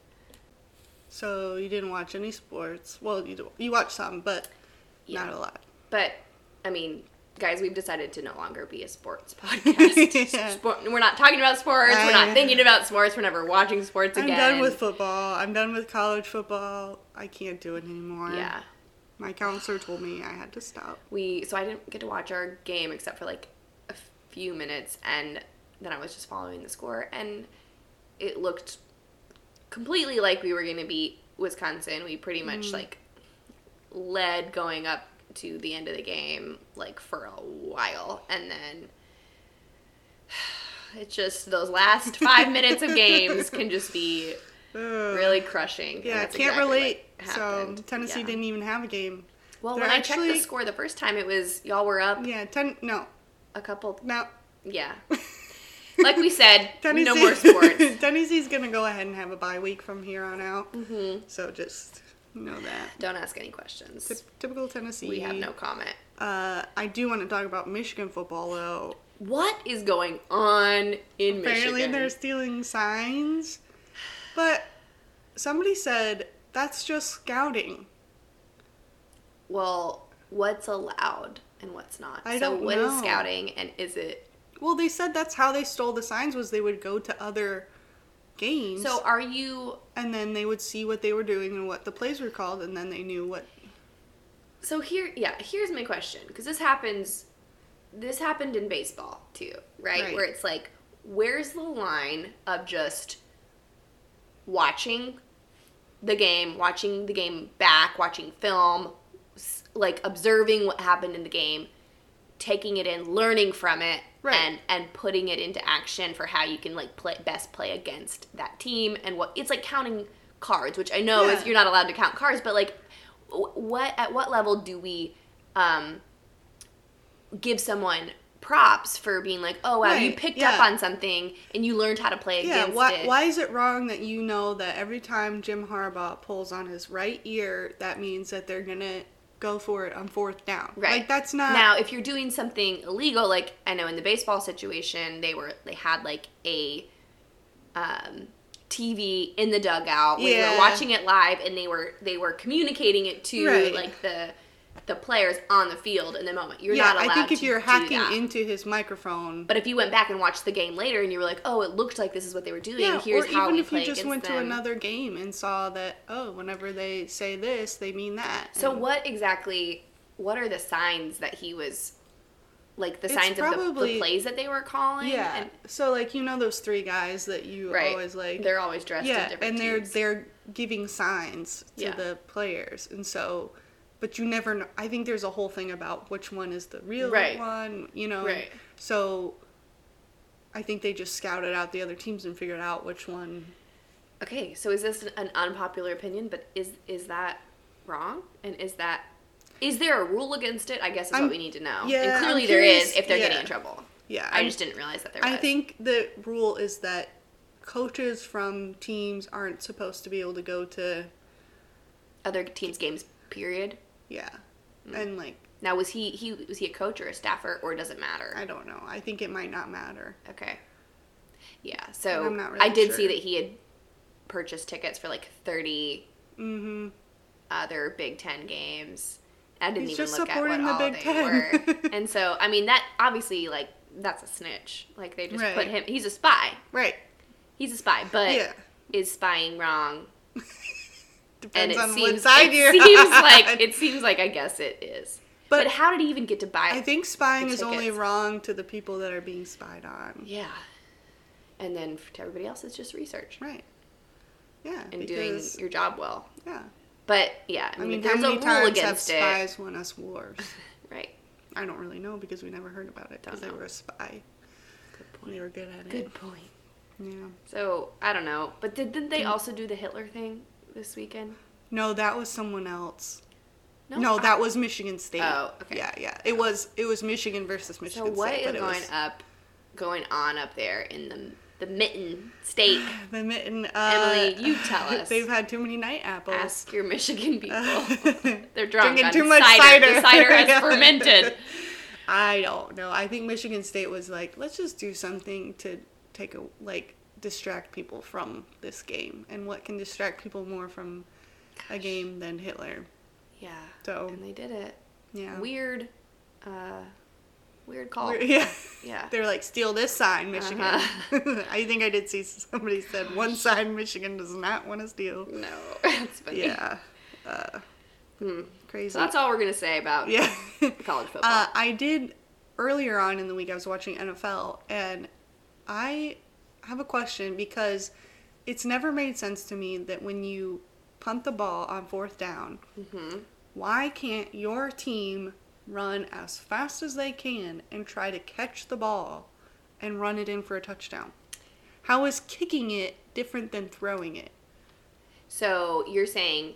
Speaker 2: So you didn't watch any sports? Well, you you watched some, but
Speaker 1: Yeah.
Speaker 2: not a lot.
Speaker 1: But I mean, guys, we've decided to no longer be a sports podcast.
Speaker 2: Yeah.
Speaker 1: Sport, we're not talking about sports. we're not
Speaker 2: I-
Speaker 1: thinking about sports. We're never watching sports
Speaker 2: I'm
Speaker 1: again.
Speaker 2: done with football. I'm done with college football. I can't do it anymore.
Speaker 1: yeah.
Speaker 2: My counselor told me I had to stop.
Speaker 1: we so I didn't get to watch our game except for like a few minutes and then I was just following the score and it looked completely like we were going to beat Wisconsin. We pretty
Speaker 2: Mm.
Speaker 1: much like led going up to the end of the game like for a while and then it's just those last 5 minutes of games can just be
Speaker 2: Ugh.
Speaker 1: really crushing. and
Speaker 2: Yeah, I
Speaker 1: that's
Speaker 2: can't
Speaker 1: exactly what
Speaker 2: relate. So
Speaker 1: happened.
Speaker 2: Tennessee
Speaker 1: Yeah.
Speaker 2: didn't even have a game.
Speaker 1: Well,
Speaker 2: They're
Speaker 1: when I checked
Speaker 2: actually-
Speaker 1: the score the first time, it was y'all were up
Speaker 2: Yeah, ten. No,
Speaker 1: a couple
Speaker 2: no.
Speaker 1: yeah like we said
Speaker 2: Tennessee,
Speaker 1: no more sports
Speaker 2: Tennessee's gonna go ahead and have a bye week from here on out.
Speaker 1: Mm-hmm.
Speaker 2: So just know that.
Speaker 1: don't ask any questions
Speaker 2: Typ- typical Tennessee.
Speaker 1: we have no comment
Speaker 2: Uh, I do want to talk about Michigan football though.
Speaker 1: what is going on in
Speaker 2: Apparently
Speaker 1: michigan
Speaker 2: they're stealing signs, but somebody said that's just scouting.
Speaker 1: well what's allowed and what's not
Speaker 2: I
Speaker 1: so
Speaker 2: don't
Speaker 1: what is
Speaker 2: know.
Speaker 1: scouting and is it
Speaker 2: Well, they said that's how they stole the signs was they would go to other games.
Speaker 1: so are you
Speaker 2: and then they would see what they were doing and what the plays were called, and then they knew what.
Speaker 1: so here yeah here's my question because this happens this happened in baseball too right?
Speaker 2: Right.
Speaker 1: where it's like where's the line of just watching the game watching the game back watching film s- like observing what happened in the game taking it in learning from it
Speaker 2: Right.
Speaker 1: and and putting it into action for how you can like play best play against that team and what it's like counting cards which i know is
Speaker 2: Yeah.
Speaker 1: you're not allowed to count cards but like wh- what at what level do we um give someone props for being like, oh wow, you
Speaker 2: Right,
Speaker 1: picked
Speaker 2: yeah.
Speaker 1: up on something and you learned how to play
Speaker 2: Yeah,
Speaker 1: against
Speaker 2: why,
Speaker 1: it.
Speaker 2: why is it wrong that you know that every time Jim Harbaugh pulls on his right ear, that means that they're gonna go for it on fourth down?
Speaker 1: Right.
Speaker 2: Like that's not.
Speaker 1: Now, if you're doing something illegal, like I know in the baseball situation, they were they had like a um, TV in the dugout. We were
Speaker 2: Yeah.
Speaker 1: watching it live, and they were they were communicating it to
Speaker 2: Right.
Speaker 1: like the the players on the field in the moment. You're
Speaker 2: yeah,
Speaker 1: not allowed.
Speaker 2: I think if
Speaker 1: to
Speaker 2: you're
Speaker 1: do
Speaker 2: hacking
Speaker 1: that.
Speaker 2: into his microphone,
Speaker 1: But if you went back and watched the game later and you were like, "Oh, it looked like this is what they were doing.
Speaker 2: yeah,
Speaker 1: Here's
Speaker 2: or
Speaker 1: how
Speaker 2: even
Speaker 1: we
Speaker 2: if
Speaker 1: play
Speaker 2: you just
Speaker 1: against
Speaker 2: went to
Speaker 1: them."
Speaker 2: another game and saw that, oh, whenever they say this, they mean that.
Speaker 1: So
Speaker 2: and
Speaker 1: what exactly? What are the signs that he was, like the
Speaker 2: It's
Speaker 1: signs of the, the
Speaker 2: probably-
Speaker 1: plays that they were calling?
Speaker 2: yeah,
Speaker 1: and,
Speaker 2: so like you know those three guys that you
Speaker 1: right.
Speaker 2: always like.
Speaker 1: they're always dressed. in
Speaker 2: yeah,
Speaker 1: different
Speaker 2: and they're
Speaker 1: teams.
Speaker 2: they're giving signs to
Speaker 1: Yeah.
Speaker 2: the players, and so, but you never know. I think there's a whole thing about which one is the real
Speaker 1: Right.
Speaker 2: one, you know. and
Speaker 1: Right.
Speaker 2: So, I think they just scouted out the other teams and figured out which one.
Speaker 1: Okay, so is this an, an unpopular opinion? But is is that wrong? And is that is there a rule against it? I guess is
Speaker 2: I'm-
Speaker 1: what we need to know.
Speaker 2: yeah,
Speaker 1: and
Speaker 2: I'm
Speaker 1: clearly there is
Speaker 2: curious-
Speaker 1: if they're
Speaker 2: yeah.
Speaker 1: getting in trouble.
Speaker 2: Yeah,
Speaker 1: I
Speaker 2: I'm-
Speaker 1: just didn't realize that there was.
Speaker 2: I think the rule is that coaches from teams aren't supposed to be able to go to
Speaker 1: other teams' games. Period.
Speaker 2: yeah,
Speaker 1: Mm.
Speaker 2: and like
Speaker 1: Now was he he was he a coach or a staffer or does it matter?
Speaker 2: I don't know. I think it might not matter.
Speaker 1: Okay. Yeah, so
Speaker 2: I'm not
Speaker 1: I
Speaker 2: really
Speaker 1: did see
Speaker 2: sure.
Speaker 1: that he had purchased tickets for like 30
Speaker 2: Mm-hmm.
Speaker 1: other Big Ten games. I didn't
Speaker 2: He's
Speaker 1: even
Speaker 2: just
Speaker 1: look at what
Speaker 2: supporting the
Speaker 1: all
Speaker 2: Big
Speaker 1: they
Speaker 2: Ten.
Speaker 1: were. and so, I mean, that obviously, like, that's a snitch. Like, they just put
Speaker 2: Right.
Speaker 1: him, he's a spy.
Speaker 2: Right.
Speaker 1: He's a spy, but
Speaker 2: Yeah.
Speaker 1: is spying wrong? And
Speaker 2: Depends
Speaker 1: it
Speaker 2: on
Speaker 1: seems,
Speaker 2: what side
Speaker 1: it
Speaker 2: you're
Speaker 1: seems
Speaker 2: on.
Speaker 1: like it seems like I guess it is. But,
Speaker 2: But-
Speaker 1: how did he even get to buy?
Speaker 2: I think spying is only
Speaker 1: tickets.
Speaker 2: wrong to the people that are being spied on.
Speaker 1: yeah, and then to everybody else, it's just research
Speaker 2: Right. Yeah.
Speaker 1: and
Speaker 2: because,
Speaker 1: doing your job well.
Speaker 2: yeah.
Speaker 1: But yeah, I
Speaker 2: I
Speaker 1: mean,
Speaker 2: mean, how
Speaker 1: there's
Speaker 2: many
Speaker 1: a rule
Speaker 2: times have
Speaker 1: against it,
Speaker 2: spies won us wars?
Speaker 1: right?
Speaker 2: I don't really know because we never heard about it because they
Speaker 1: know.
Speaker 2: were a spy.
Speaker 1: Good
Speaker 2: and They were good at it.
Speaker 1: Good point.
Speaker 2: Yeah.
Speaker 1: So I don't know, but did, did they also do the Hitler thing this weekend?
Speaker 2: No, that was someone else. No, that was Michigan State.
Speaker 1: Oh, okay.
Speaker 2: Yeah, yeah. It was it was Michigan versus
Speaker 1: So
Speaker 2: Michigan
Speaker 1: what
Speaker 2: State.
Speaker 1: is
Speaker 2: but it
Speaker 1: going
Speaker 2: was
Speaker 1: up, going on up there in the the mitten state?
Speaker 2: the mitten. uh,
Speaker 1: Emily, you tell us.
Speaker 2: They've had too many night apples.
Speaker 1: Ask your Michigan people.
Speaker 2: Uh,
Speaker 1: They're drunk
Speaker 2: Drinking
Speaker 1: on
Speaker 2: too much
Speaker 1: cider. The
Speaker 2: cider.
Speaker 1: cider has
Speaker 2: Yeah.
Speaker 1: fermented.
Speaker 2: I don't know. I think Michigan State was like, let's just do something to take a like distract people from this game. And what can distract people more from a game than Hitler?
Speaker 1: Yeah.
Speaker 2: So-
Speaker 1: and they did it.
Speaker 2: Yeah.
Speaker 1: Weird, uh, weird call.
Speaker 2: We're- Yeah.
Speaker 1: Oh, Yeah.
Speaker 2: They're like, steal this sign, Michigan.
Speaker 1: Uh-huh.
Speaker 2: I think I did see somebody said one sign Michigan does not want to steal.
Speaker 1: No, that's funny.
Speaker 2: Yeah. Uh,
Speaker 1: Hmm.
Speaker 2: crazy.
Speaker 1: So that's all we're gonna say about
Speaker 2: yeah.
Speaker 1: college football.
Speaker 2: Uh, I did earlier on in the week, I was watching NFL, and I have a question because it's never made sense to me that when you punt the ball on fourth down,
Speaker 1: Mm-hmm.
Speaker 2: why can't your team run as fast as they can and try to catch the ball and run it in for a touchdown? How is kicking it different than throwing it?
Speaker 1: So you're saying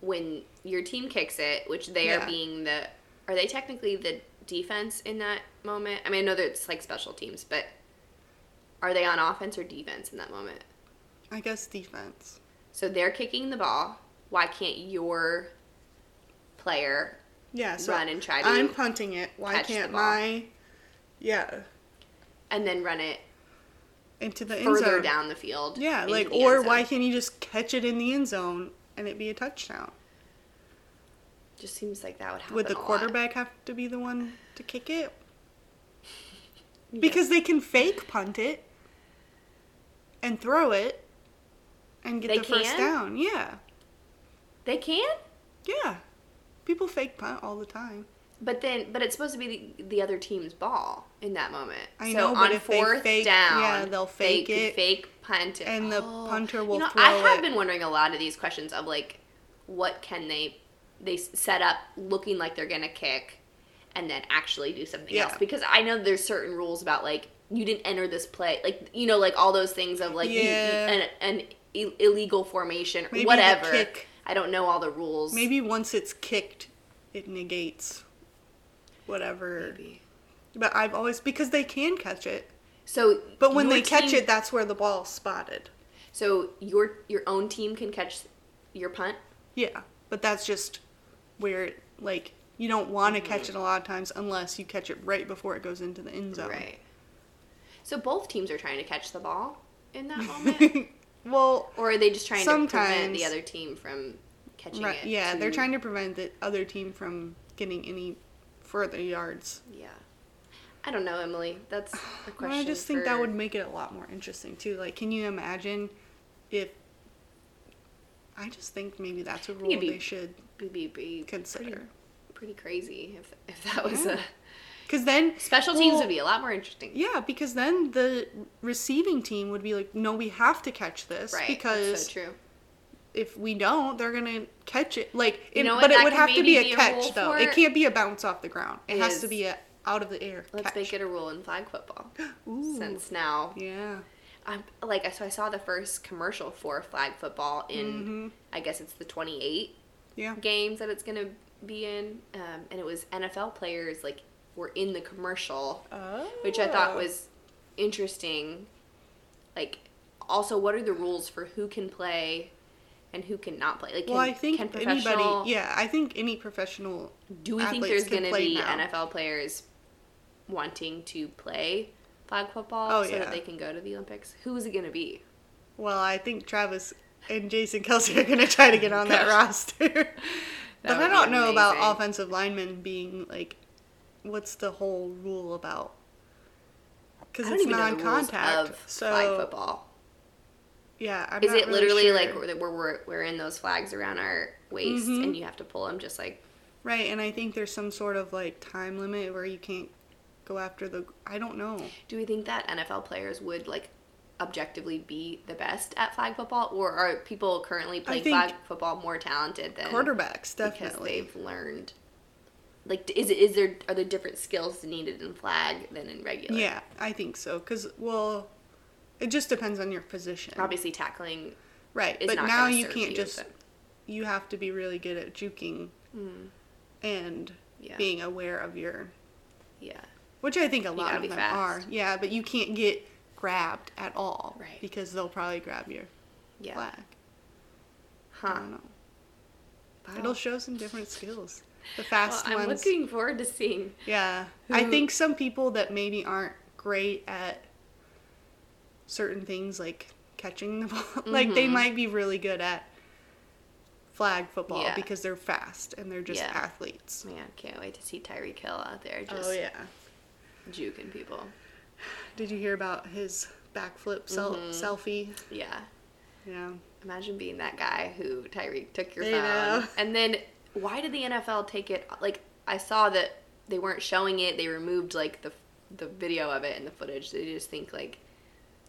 Speaker 1: when your team kicks it, which they are
Speaker 2: Yeah.
Speaker 1: being the are they technically the defense in that moment? I mean, I know that it's like special teams, but are they on offense or defense in that moment?
Speaker 2: I guess defense.
Speaker 1: So they're kicking the ball. Why can't your player?
Speaker 2: Yeah, so
Speaker 1: Run and try to
Speaker 2: I'm punting it. Why
Speaker 1: catch the
Speaker 2: can't
Speaker 1: ball.
Speaker 2: my yeah
Speaker 1: And then run it
Speaker 2: into the end
Speaker 1: further
Speaker 2: zone?
Speaker 1: down the field.
Speaker 2: Yeah,
Speaker 1: into
Speaker 2: like
Speaker 1: the end
Speaker 2: or
Speaker 1: zone.
Speaker 2: why can't you just catch it in the end zone and it be a touchdown?
Speaker 1: Just seems like that would happen.
Speaker 2: Would the
Speaker 1: a lot.
Speaker 2: quarterback have to be the one to kick it? Because they can fake punt it and throw it and get
Speaker 1: They
Speaker 2: the first
Speaker 1: can?
Speaker 2: down. Yeah.
Speaker 1: they can?
Speaker 2: Yeah. People fake punt all the time.
Speaker 1: But then, but it's supposed to be the, the other team's ball in that moment.
Speaker 2: I
Speaker 1: so
Speaker 2: know, but
Speaker 1: on
Speaker 2: if they
Speaker 1: fourth
Speaker 2: fake-
Speaker 1: down,
Speaker 2: yeah, they'll
Speaker 1: they
Speaker 2: fake
Speaker 1: could
Speaker 2: it,
Speaker 1: fake punt, it.
Speaker 2: and the
Speaker 1: Oh.
Speaker 2: punter will
Speaker 1: You know,
Speaker 2: throw
Speaker 1: I have
Speaker 2: it.
Speaker 1: been wondering a lot of these questions of like, what can they they s- set up looking like they're gonna kick, and then actually do something
Speaker 2: Yeah.
Speaker 1: else? Because I know there's certain rules about like you didn't enter this play, like you know, like all those things of like you- you-
Speaker 2: Yeah.
Speaker 1: an, an Ill- illegal formation,
Speaker 2: Maybe the
Speaker 1: whatever.
Speaker 2: kick.
Speaker 1: I don't know all the rules.
Speaker 2: Maybe once it's kicked, it negates whatever.
Speaker 1: Maybe.
Speaker 2: But I've always because they can catch it.
Speaker 1: So,
Speaker 2: But when
Speaker 1: your
Speaker 2: they catch
Speaker 1: team-
Speaker 2: it, that's where the ball's spotted.
Speaker 1: So your your own team can catch your punt.
Speaker 2: Yeah, but that's just where like you don't want
Speaker 1: Mm-hmm.
Speaker 2: to catch it a lot of times unless you catch it right before it goes into the end zone.
Speaker 1: So both teams are trying to catch the ball in that moment,
Speaker 2: well,
Speaker 1: or are they just trying to prevent
Speaker 2: Sometimes.
Speaker 1: the other team from catching
Speaker 2: right.
Speaker 1: it.
Speaker 2: Yeah, they're
Speaker 1: to-
Speaker 2: trying to prevent the other team from getting any further yards.
Speaker 1: Yeah. I don't know, Emily. That's a
Speaker 2: Well,
Speaker 1: question.
Speaker 2: I just think that
Speaker 1: for-
Speaker 2: would make it a lot more interesting too. Like, can you imagine if? I just think maybe that's a
Speaker 1: think
Speaker 2: rule
Speaker 1: it'd be
Speaker 2: they should
Speaker 1: be, be, be pretty,
Speaker 2: consider.
Speaker 1: pretty crazy if, if that was
Speaker 2: Yeah. Because
Speaker 1: a
Speaker 2: then
Speaker 1: special teams
Speaker 2: Well,
Speaker 1: would be a lot more interesting.
Speaker 2: Yeah, because then the receiving team would be like, no, we have to catch this
Speaker 1: right. that's
Speaker 2: because
Speaker 1: so true.
Speaker 2: if we don't, they're gonna catch it. Like, it,
Speaker 1: know what?
Speaker 2: but it
Speaker 1: That
Speaker 2: would
Speaker 1: could
Speaker 2: have to be
Speaker 1: maybe
Speaker 2: a
Speaker 1: be a
Speaker 2: catch
Speaker 1: rule
Speaker 2: though.
Speaker 1: for-
Speaker 2: It can't be a bounce off the ground. It,
Speaker 1: It
Speaker 2: has to
Speaker 1: is.
Speaker 2: be a out of the air.
Speaker 1: Let's
Speaker 2: catch.
Speaker 1: make it a rule in flag football.
Speaker 2: Ooh.
Speaker 1: Since now,
Speaker 2: Yeah.
Speaker 1: I'm like, so I saw the first commercial for flag football in,
Speaker 2: Mm-hmm.
Speaker 1: I guess it's the 28
Speaker 2: Yeah.
Speaker 1: games that it's going to be in. Um, and it was NFL players, like, were in the commercial, which I thought
Speaker 2: Oh.
Speaker 1: was interesting. Like, also, what are the rules for who can play and who cannot play? Like, can,
Speaker 2: Well, I think
Speaker 1: can professional-
Speaker 2: anybody. Yeah, I think any professional.
Speaker 1: Do we think
Speaker 2: athletes
Speaker 1: there's
Speaker 2: can
Speaker 1: going to
Speaker 2: play
Speaker 1: be
Speaker 2: now.
Speaker 1: NFL players wanting to play flag football
Speaker 2: Oh,
Speaker 1: so
Speaker 2: yeah.
Speaker 1: that they can go to the Olympics? Who is it going to be?
Speaker 2: Well, I think Travis and Jason Kelsey are gonna try to get on that roster. But
Speaker 1: would
Speaker 2: I
Speaker 1: be
Speaker 2: don't know about
Speaker 1: amazing.
Speaker 2: offensive linemen being like, what's the whole rule about? Because
Speaker 1: I don't
Speaker 2: it's
Speaker 1: even know the rules
Speaker 2: non-contact.
Speaker 1: of
Speaker 2: so
Speaker 1: flag football.
Speaker 2: yeah, I'm
Speaker 1: Is
Speaker 2: not
Speaker 1: it
Speaker 2: really
Speaker 1: literally
Speaker 2: sure.
Speaker 1: like we're, we're we're wearing those flags around our waist
Speaker 2: Mhm.
Speaker 1: and you have to pull them just like
Speaker 2: right? And I think there's some sort of like time limit where you can't go after the. I don't know.
Speaker 1: do we think that NFL players would like objectively be the best at flag football or are people currently playing
Speaker 2: think
Speaker 1: flag football more talented than
Speaker 2: Quarterbacks
Speaker 1: because
Speaker 2: definitely.
Speaker 1: they've learned like is is there are there different skills needed in flag than in regular?
Speaker 2: Yeah, I think so. Because well, it just depends on your position.
Speaker 1: Obviously tackling
Speaker 2: Right,
Speaker 1: is
Speaker 2: but
Speaker 1: not
Speaker 2: now
Speaker 1: gonna
Speaker 2: you
Speaker 1: serve
Speaker 2: can't
Speaker 1: you,
Speaker 2: just.
Speaker 1: but- Mm.
Speaker 2: You have to be really good at juking, and
Speaker 1: Yeah.
Speaker 2: being aware of your,
Speaker 1: yeah.
Speaker 2: which I think a lot
Speaker 1: gotta
Speaker 2: of
Speaker 1: be
Speaker 2: them
Speaker 1: fast.
Speaker 2: are. Yeah, but you can't get grabbed at all,
Speaker 1: Right.
Speaker 2: Because they'll probably grab your
Speaker 1: Yeah.
Speaker 2: flag. I
Speaker 1: Huh.
Speaker 2: don't know.
Speaker 1: Wow.
Speaker 2: It'll show some different skills. The fast
Speaker 1: well, I'm
Speaker 2: ones.
Speaker 1: looking forward to seeing
Speaker 2: Yeah. I
Speaker 1: Who-
Speaker 2: think some people that maybe aren't great at certain things like catching the ball, like
Speaker 1: Mm-hmm.
Speaker 2: they might be really good at flag football
Speaker 1: Yeah.
Speaker 2: because they're fast and they're just
Speaker 1: Yeah.
Speaker 2: athletes.
Speaker 1: Man, can't wait to see Tyreek Hill out there just
Speaker 2: Oh yeah.
Speaker 1: juking people.
Speaker 2: Did you hear about his backflip sel-
Speaker 1: Mm-hmm.
Speaker 2: selfie?
Speaker 1: Yeah.
Speaker 2: Yeah.
Speaker 1: Imagine being that guy who Tyreek took your
Speaker 2: I
Speaker 1: phone.
Speaker 2: know.
Speaker 1: And then why did the NFL take it like I saw that they weren't showing it. They removed like the the video of it and the footage. They just think like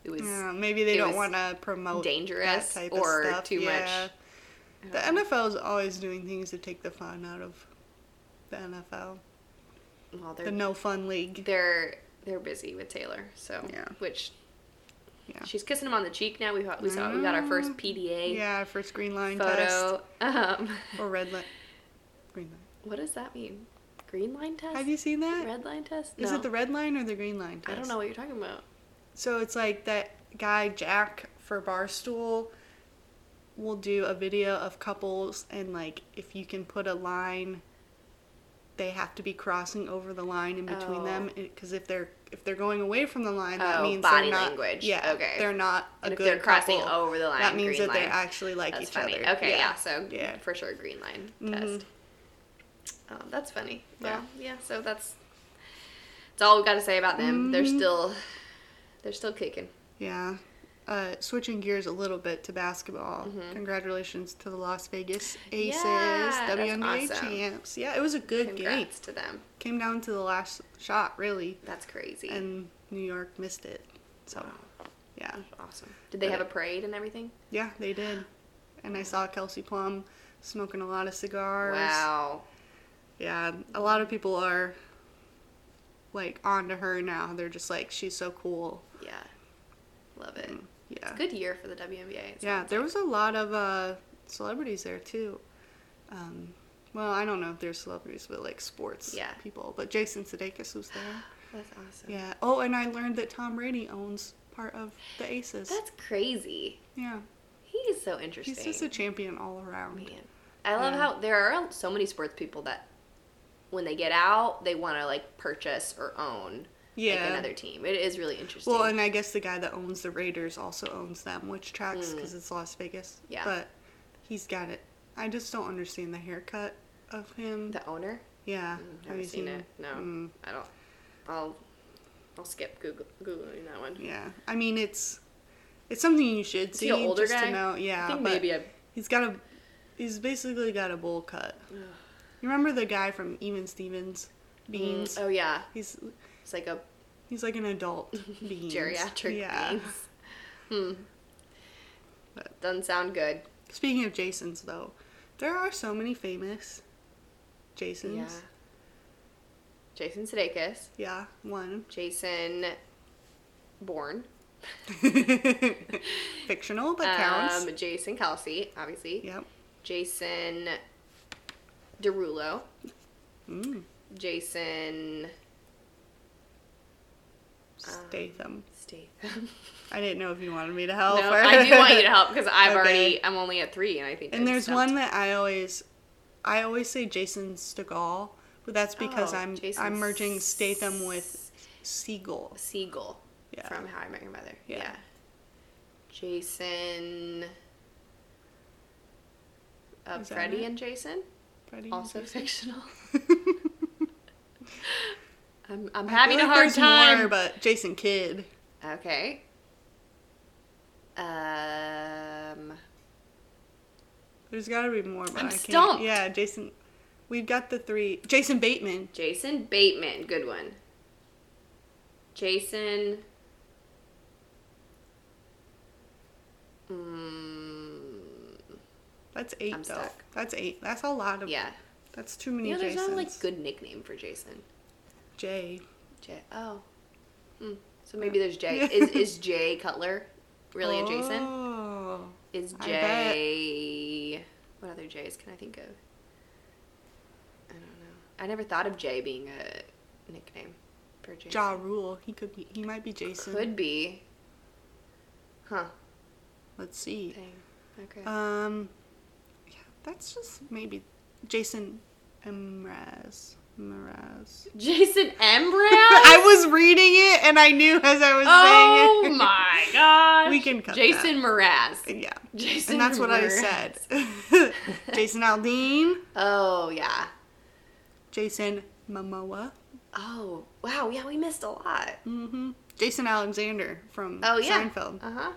Speaker 1: it was
Speaker 2: Yeah, maybe they
Speaker 1: it
Speaker 2: don't
Speaker 1: was
Speaker 2: want to promote
Speaker 1: dangerous
Speaker 2: that type
Speaker 1: or
Speaker 2: of stuff.
Speaker 1: too
Speaker 2: yeah.
Speaker 1: much.
Speaker 2: The NFL is always doing things to take the fun out of the NFL,
Speaker 1: well they're
Speaker 2: the no fun league.
Speaker 1: they're they're busy with Taylor. So
Speaker 2: Yeah.
Speaker 1: which
Speaker 2: Yeah. Mm.
Speaker 1: she's kissing him on the cheek now. We got- we saw we got our first PDA
Speaker 2: Yeah, first green line test
Speaker 1: photo. Um,
Speaker 2: or red line. Green line.
Speaker 1: what does that mean? Green line test?
Speaker 2: Have you seen that? Is
Speaker 1: red line test?
Speaker 2: it the red line or the green line
Speaker 1: I
Speaker 2: test?
Speaker 1: don't know what you're talking about.
Speaker 2: So it's like that guy Jack for Barstool will do a video of couples and like if you can put a line they have to be crossing over the line in between
Speaker 1: Oh.
Speaker 2: them because if they're if they're going away from the line that
Speaker 1: Oh,
Speaker 2: means
Speaker 1: body
Speaker 2: they're not,
Speaker 1: language.
Speaker 2: yeah
Speaker 1: Okay.
Speaker 2: they're not a
Speaker 1: And if
Speaker 2: good
Speaker 1: they're crossing
Speaker 2: couple.
Speaker 1: over the line,
Speaker 2: that means
Speaker 1: green
Speaker 2: that they
Speaker 1: line.
Speaker 2: actually like
Speaker 1: That's
Speaker 2: each
Speaker 1: funny.
Speaker 2: other
Speaker 1: Okay, yeah. so
Speaker 2: yeah
Speaker 1: for sure, green line
Speaker 2: Mhm.
Speaker 1: test. Um, that's funny.
Speaker 2: Yeah.
Speaker 1: Well, yeah. So that's that's all we got to say about them. They're
Speaker 2: Mm-hmm.
Speaker 1: still they're still kicking.
Speaker 2: Yeah. Uh, switching gears a little bit to basketball. Congratulations to the Las Vegas Aces,
Speaker 1: Mm-hmm. Yeah, that's
Speaker 2: WNBA
Speaker 1: awesome.
Speaker 2: champs. Yeah, it was a good game.
Speaker 1: Congrats to them.
Speaker 2: Came down to the last shot, really,
Speaker 1: That's crazy.
Speaker 2: and New York missed it. So,
Speaker 1: Wow.
Speaker 2: yeah,
Speaker 1: awesome. Did they have a parade and everything?
Speaker 2: yeah, they did. And I saw Kelsey Plum smoking a lot of cigars.
Speaker 1: Wow.
Speaker 2: Yeah, a lot of people are like onto her now. They're just like, she's so cool.
Speaker 1: Yeah. Love it.
Speaker 2: Yeah.
Speaker 1: Good year for the WNBA. it
Speaker 2: Mm-hmm. Yeah,
Speaker 1: sounds
Speaker 2: there
Speaker 1: like.
Speaker 2: was a lot of uh, celebrities there too. Um, well, I don't know if they're celebrities, but like sports
Speaker 1: Yeah.
Speaker 2: people. But Jason Sudeikis was there.
Speaker 1: That's awesome.
Speaker 2: Yeah. Oh, and I learned that Tom Brady owns part of the Aces.
Speaker 1: That's crazy.
Speaker 2: yeah.
Speaker 1: He is so interesting.
Speaker 2: He's just a champion all around.
Speaker 1: Man, I love
Speaker 2: Yeah.
Speaker 1: how there are so many sports people that when they get out, they want to like purchase or own
Speaker 2: Yeah.
Speaker 1: like another team. It is really interesting.
Speaker 2: Well, and I guess the guy that owns the Raiders also owns them, which tracks because it's Las Vegas.
Speaker 1: Hmm. Yeah.
Speaker 2: But he's got it. I just don't understand the haircut of him.
Speaker 1: The owner?
Speaker 2: yeah.
Speaker 1: I've
Speaker 2: Have
Speaker 1: never
Speaker 2: you
Speaker 1: seen it. No,
Speaker 2: Mm,
Speaker 1: I don't. I'll I'll skip Google googling that one.
Speaker 2: yeah. I mean, it's it's something you should
Speaker 1: Is
Speaker 2: see
Speaker 1: he an older
Speaker 2: just
Speaker 1: guy?
Speaker 2: to know. Yeah.
Speaker 1: I think
Speaker 2: but
Speaker 1: maybe I.
Speaker 2: he's got a he's basically got a bowl cut.
Speaker 1: Ugh.
Speaker 2: You remember the guy from Even Stevens Beans?
Speaker 1: Mm, oh yeah,
Speaker 2: He's
Speaker 1: it's like a
Speaker 2: he's like an adult Beans.
Speaker 1: geriatric
Speaker 2: Yeah.
Speaker 1: beans. Hmm.
Speaker 2: But-
Speaker 1: Doesn't sound good.
Speaker 2: Speaking of Jasons, though, there are so many famous Jasons.
Speaker 1: Yeah. Jason Sudeikis,
Speaker 2: Yeah, one.
Speaker 1: Jason Bourne,
Speaker 2: Fictional, but counts.
Speaker 1: Um, Jason Kelsey, obviously.
Speaker 2: Yep.
Speaker 1: Jason Derulo, um,
Speaker 2: Mm.
Speaker 1: Jason
Speaker 2: Statham.
Speaker 1: Statham.
Speaker 2: I didn't know if you wanted me to help.
Speaker 1: no,
Speaker 2: or-
Speaker 1: I do want you to help because I've
Speaker 2: Oh, Okay.
Speaker 1: already. I'm only at three, and I think.
Speaker 2: And
Speaker 1: I've
Speaker 2: there's
Speaker 1: stuffed-
Speaker 2: one that I always, I always say Jason Stegall, but that's because
Speaker 1: Oh,
Speaker 2: I'm
Speaker 1: Jason
Speaker 2: I'm merging
Speaker 1: S-
Speaker 2: Statham with Seagull.
Speaker 1: Siegel
Speaker 2: Yeah.
Speaker 1: from How I Met Your Mother.
Speaker 2: Yeah.
Speaker 1: Yeah. Jason. Uh,
Speaker 2: Is that
Speaker 1: Freddie
Speaker 2: it?
Speaker 1: and Jason,
Speaker 2: Freddie
Speaker 1: also fictional. I'm, I'm
Speaker 2: I
Speaker 1: having
Speaker 2: feel
Speaker 1: a
Speaker 2: like
Speaker 1: hard
Speaker 2: there's more,
Speaker 1: time.
Speaker 2: but Jason Kidd.
Speaker 1: Okay. Um.
Speaker 2: There's got to be more, but
Speaker 1: I'm
Speaker 2: I can't.
Speaker 1: stumped.
Speaker 2: Yeah, Jason. We've got the three. Jason Bateman.
Speaker 1: Jason Bateman, good one. Jason. Mm,
Speaker 2: That's 8
Speaker 1: I'm
Speaker 2: though.
Speaker 1: stuck.
Speaker 2: That's eight. That's a lot of.
Speaker 1: yeah.
Speaker 2: That's too many.
Speaker 1: You know, there's
Speaker 2: Jasons.
Speaker 1: no like good nickname for Jason.
Speaker 2: Jay.
Speaker 1: J. Oh. Hmm. So maybe there's Jay. Is is Jay Cutler really a Jason?
Speaker 2: Oh.
Speaker 1: Is
Speaker 2: I bet.
Speaker 1: Jay? What other Jays can I think of? I don't know. I never thought of Jay being a nickname for Jason.
Speaker 2: Ja Rule. He could be. He might be Jason.
Speaker 1: Could be. Huh.
Speaker 2: Let's see.
Speaker 1: Dang. Okay.
Speaker 2: Um, yeah, that's just maybe Jason Mraz. Mraz.
Speaker 1: Jason Embryo?
Speaker 2: I was reading it and I knew as I was
Speaker 1: oh
Speaker 2: saying it.
Speaker 1: my gosh.
Speaker 2: We can cut
Speaker 1: Jason Mraz.
Speaker 2: Yeah.
Speaker 1: Jason
Speaker 2: And that's what I
Speaker 1: Mraz.
Speaker 2: said. Jason Aldean,
Speaker 1: Oh yeah.
Speaker 2: Jason Momoa,
Speaker 1: Oh wow. Yeah, we missed a lot.
Speaker 2: hmm Jason Alexander from
Speaker 1: Oh yeah.
Speaker 2: Seinfeld.
Speaker 1: Uh huh.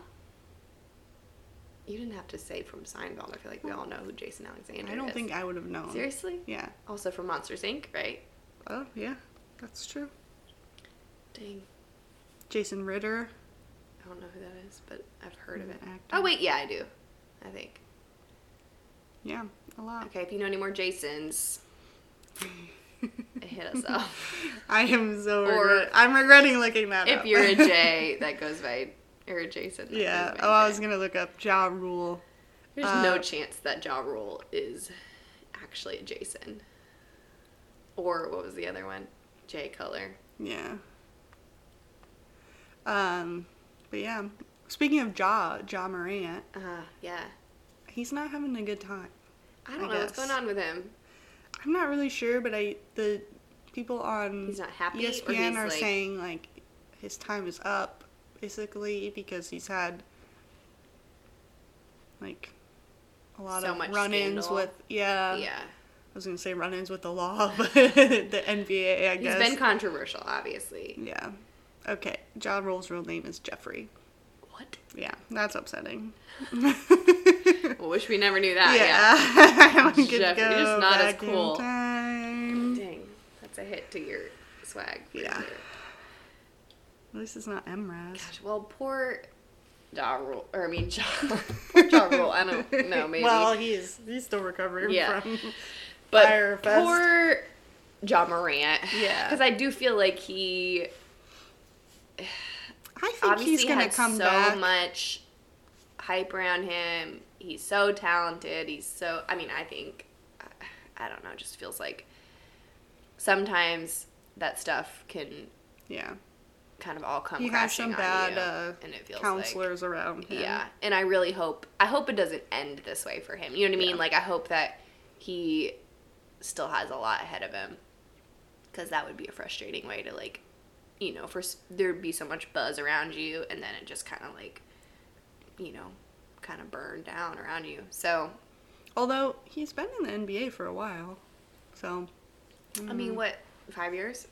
Speaker 1: You didn't have to say from Seinfeld. I feel like we all know who Jason Alexander is.
Speaker 2: I don't think I would have known.
Speaker 1: Seriously.
Speaker 2: Yeah.
Speaker 1: Also from Monsters Inc. Right?
Speaker 2: Oh, yeah. That's true.
Speaker 1: Dang.
Speaker 2: Jason Ritter.
Speaker 1: I don't know who that is, but I've heard of
Speaker 2: An
Speaker 1: it.
Speaker 2: actor.
Speaker 1: Oh wait, yeah, I do. I think.
Speaker 2: Yeah, a lot.
Speaker 1: Okay, if you know any more Jasons, hit us up.
Speaker 2: I am so
Speaker 1: Or-
Speaker 2: regret- I'm regretting looking that up.
Speaker 1: if you're a J, that goes by or a Jason. that
Speaker 2: yeah.
Speaker 1: goes by
Speaker 2: Oh, I
Speaker 1: J.
Speaker 2: was gonna look up Ja Rule.
Speaker 1: There's
Speaker 2: uh,
Speaker 1: no chance that Ja Rule is actually a Jason. Or what was the other one? J color.
Speaker 2: Yeah. Um, but yeah. Speaking of Ja, Ja Morant,
Speaker 1: Uh, yeah.
Speaker 2: he's not having a good time.
Speaker 1: I don't
Speaker 2: I
Speaker 1: know what's
Speaker 2: guess.
Speaker 1: going on with him.
Speaker 2: I'm not really sure, but I the people on E
Speaker 1: He's not happy, or
Speaker 2: ESPN
Speaker 1: he's,
Speaker 2: are
Speaker 1: like-
Speaker 2: saying like his time is up basically because he's had like a lot
Speaker 1: So
Speaker 2: of
Speaker 1: much
Speaker 2: run-ins
Speaker 1: scandal.
Speaker 2: with yeah,
Speaker 1: yeah.
Speaker 2: I was gonna say run-ins with the law, but the NBA, I
Speaker 1: he's
Speaker 2: guess.
Speaker 1: been controversial, obviously.
Speaker 2: yeah. Okay. John Roll's real name is Jeffrey.
Speaker 1: What?
Speaker 2: Yeah, that's upsetting.
Speaker 1: Well, wish we never knew that. Yeah.
Speaker 2: yeah. We could
Speaker 1: Jeffrey, you're just not as
Speaker 2: back in
Speaker 1: cool.
Speaker 2: time.
Speaker 1: Dang. That's a hit to your swag. for
Speaker 2: Yeah.
Speaker 1: sure.
Speaker 2: At least it's not Emraz.
Speaker 1: Gosh, well, poor Ja Rule. Or, I mean, Ja, poor ja Rule. I don't know, maybe.
Speaker 2: Well, he's he's still recovering
Speaker 1: Yeah.
Speaker 2: from.
Speaker 1: but
Speaker 2: Fyre Fest.
Speaker 1: poor John Morant.
Speaker 2: Yeah.
Speaker 1: Because I do feel like he
Speaker 2: I think
Speaker 1: obviously
Speaker 2: he's gonna
Speaker 1: had
Speaker 2: come
Speaker 1: so
Speaker 2: back.
Speaker 1: much hype around him. He's so talented. He's so. I mean, I think. I don't know. It just feels like sometimes that stuff can
Speaker 2: Yeah,
Speaker 1: kind of all come
Speaker 2: he has
Speaker 1: crashing
Speaker 2: some
Speaker 1: on
Speaker 2: bad
Speaker 1: you,
Speaker 2: uh,
Speaker 1: and it feels like
Speaker 2: counselors around him.
Speaker 1: Yeah, and I really hope I hope it doesn't end this way for him. You know what I mean?
Speaker 2: Yeah.
Speaker 1: Like I hope that he still has a lot ahead of him cuz that would be a frustrating way to like you know, for s- there'd be so much buzz around you and then it just kind of like you know, kind of burn down around you. So,
Speaker 2: Although he's been in the NBA for a while, so
Speaker 1: I mean, what five years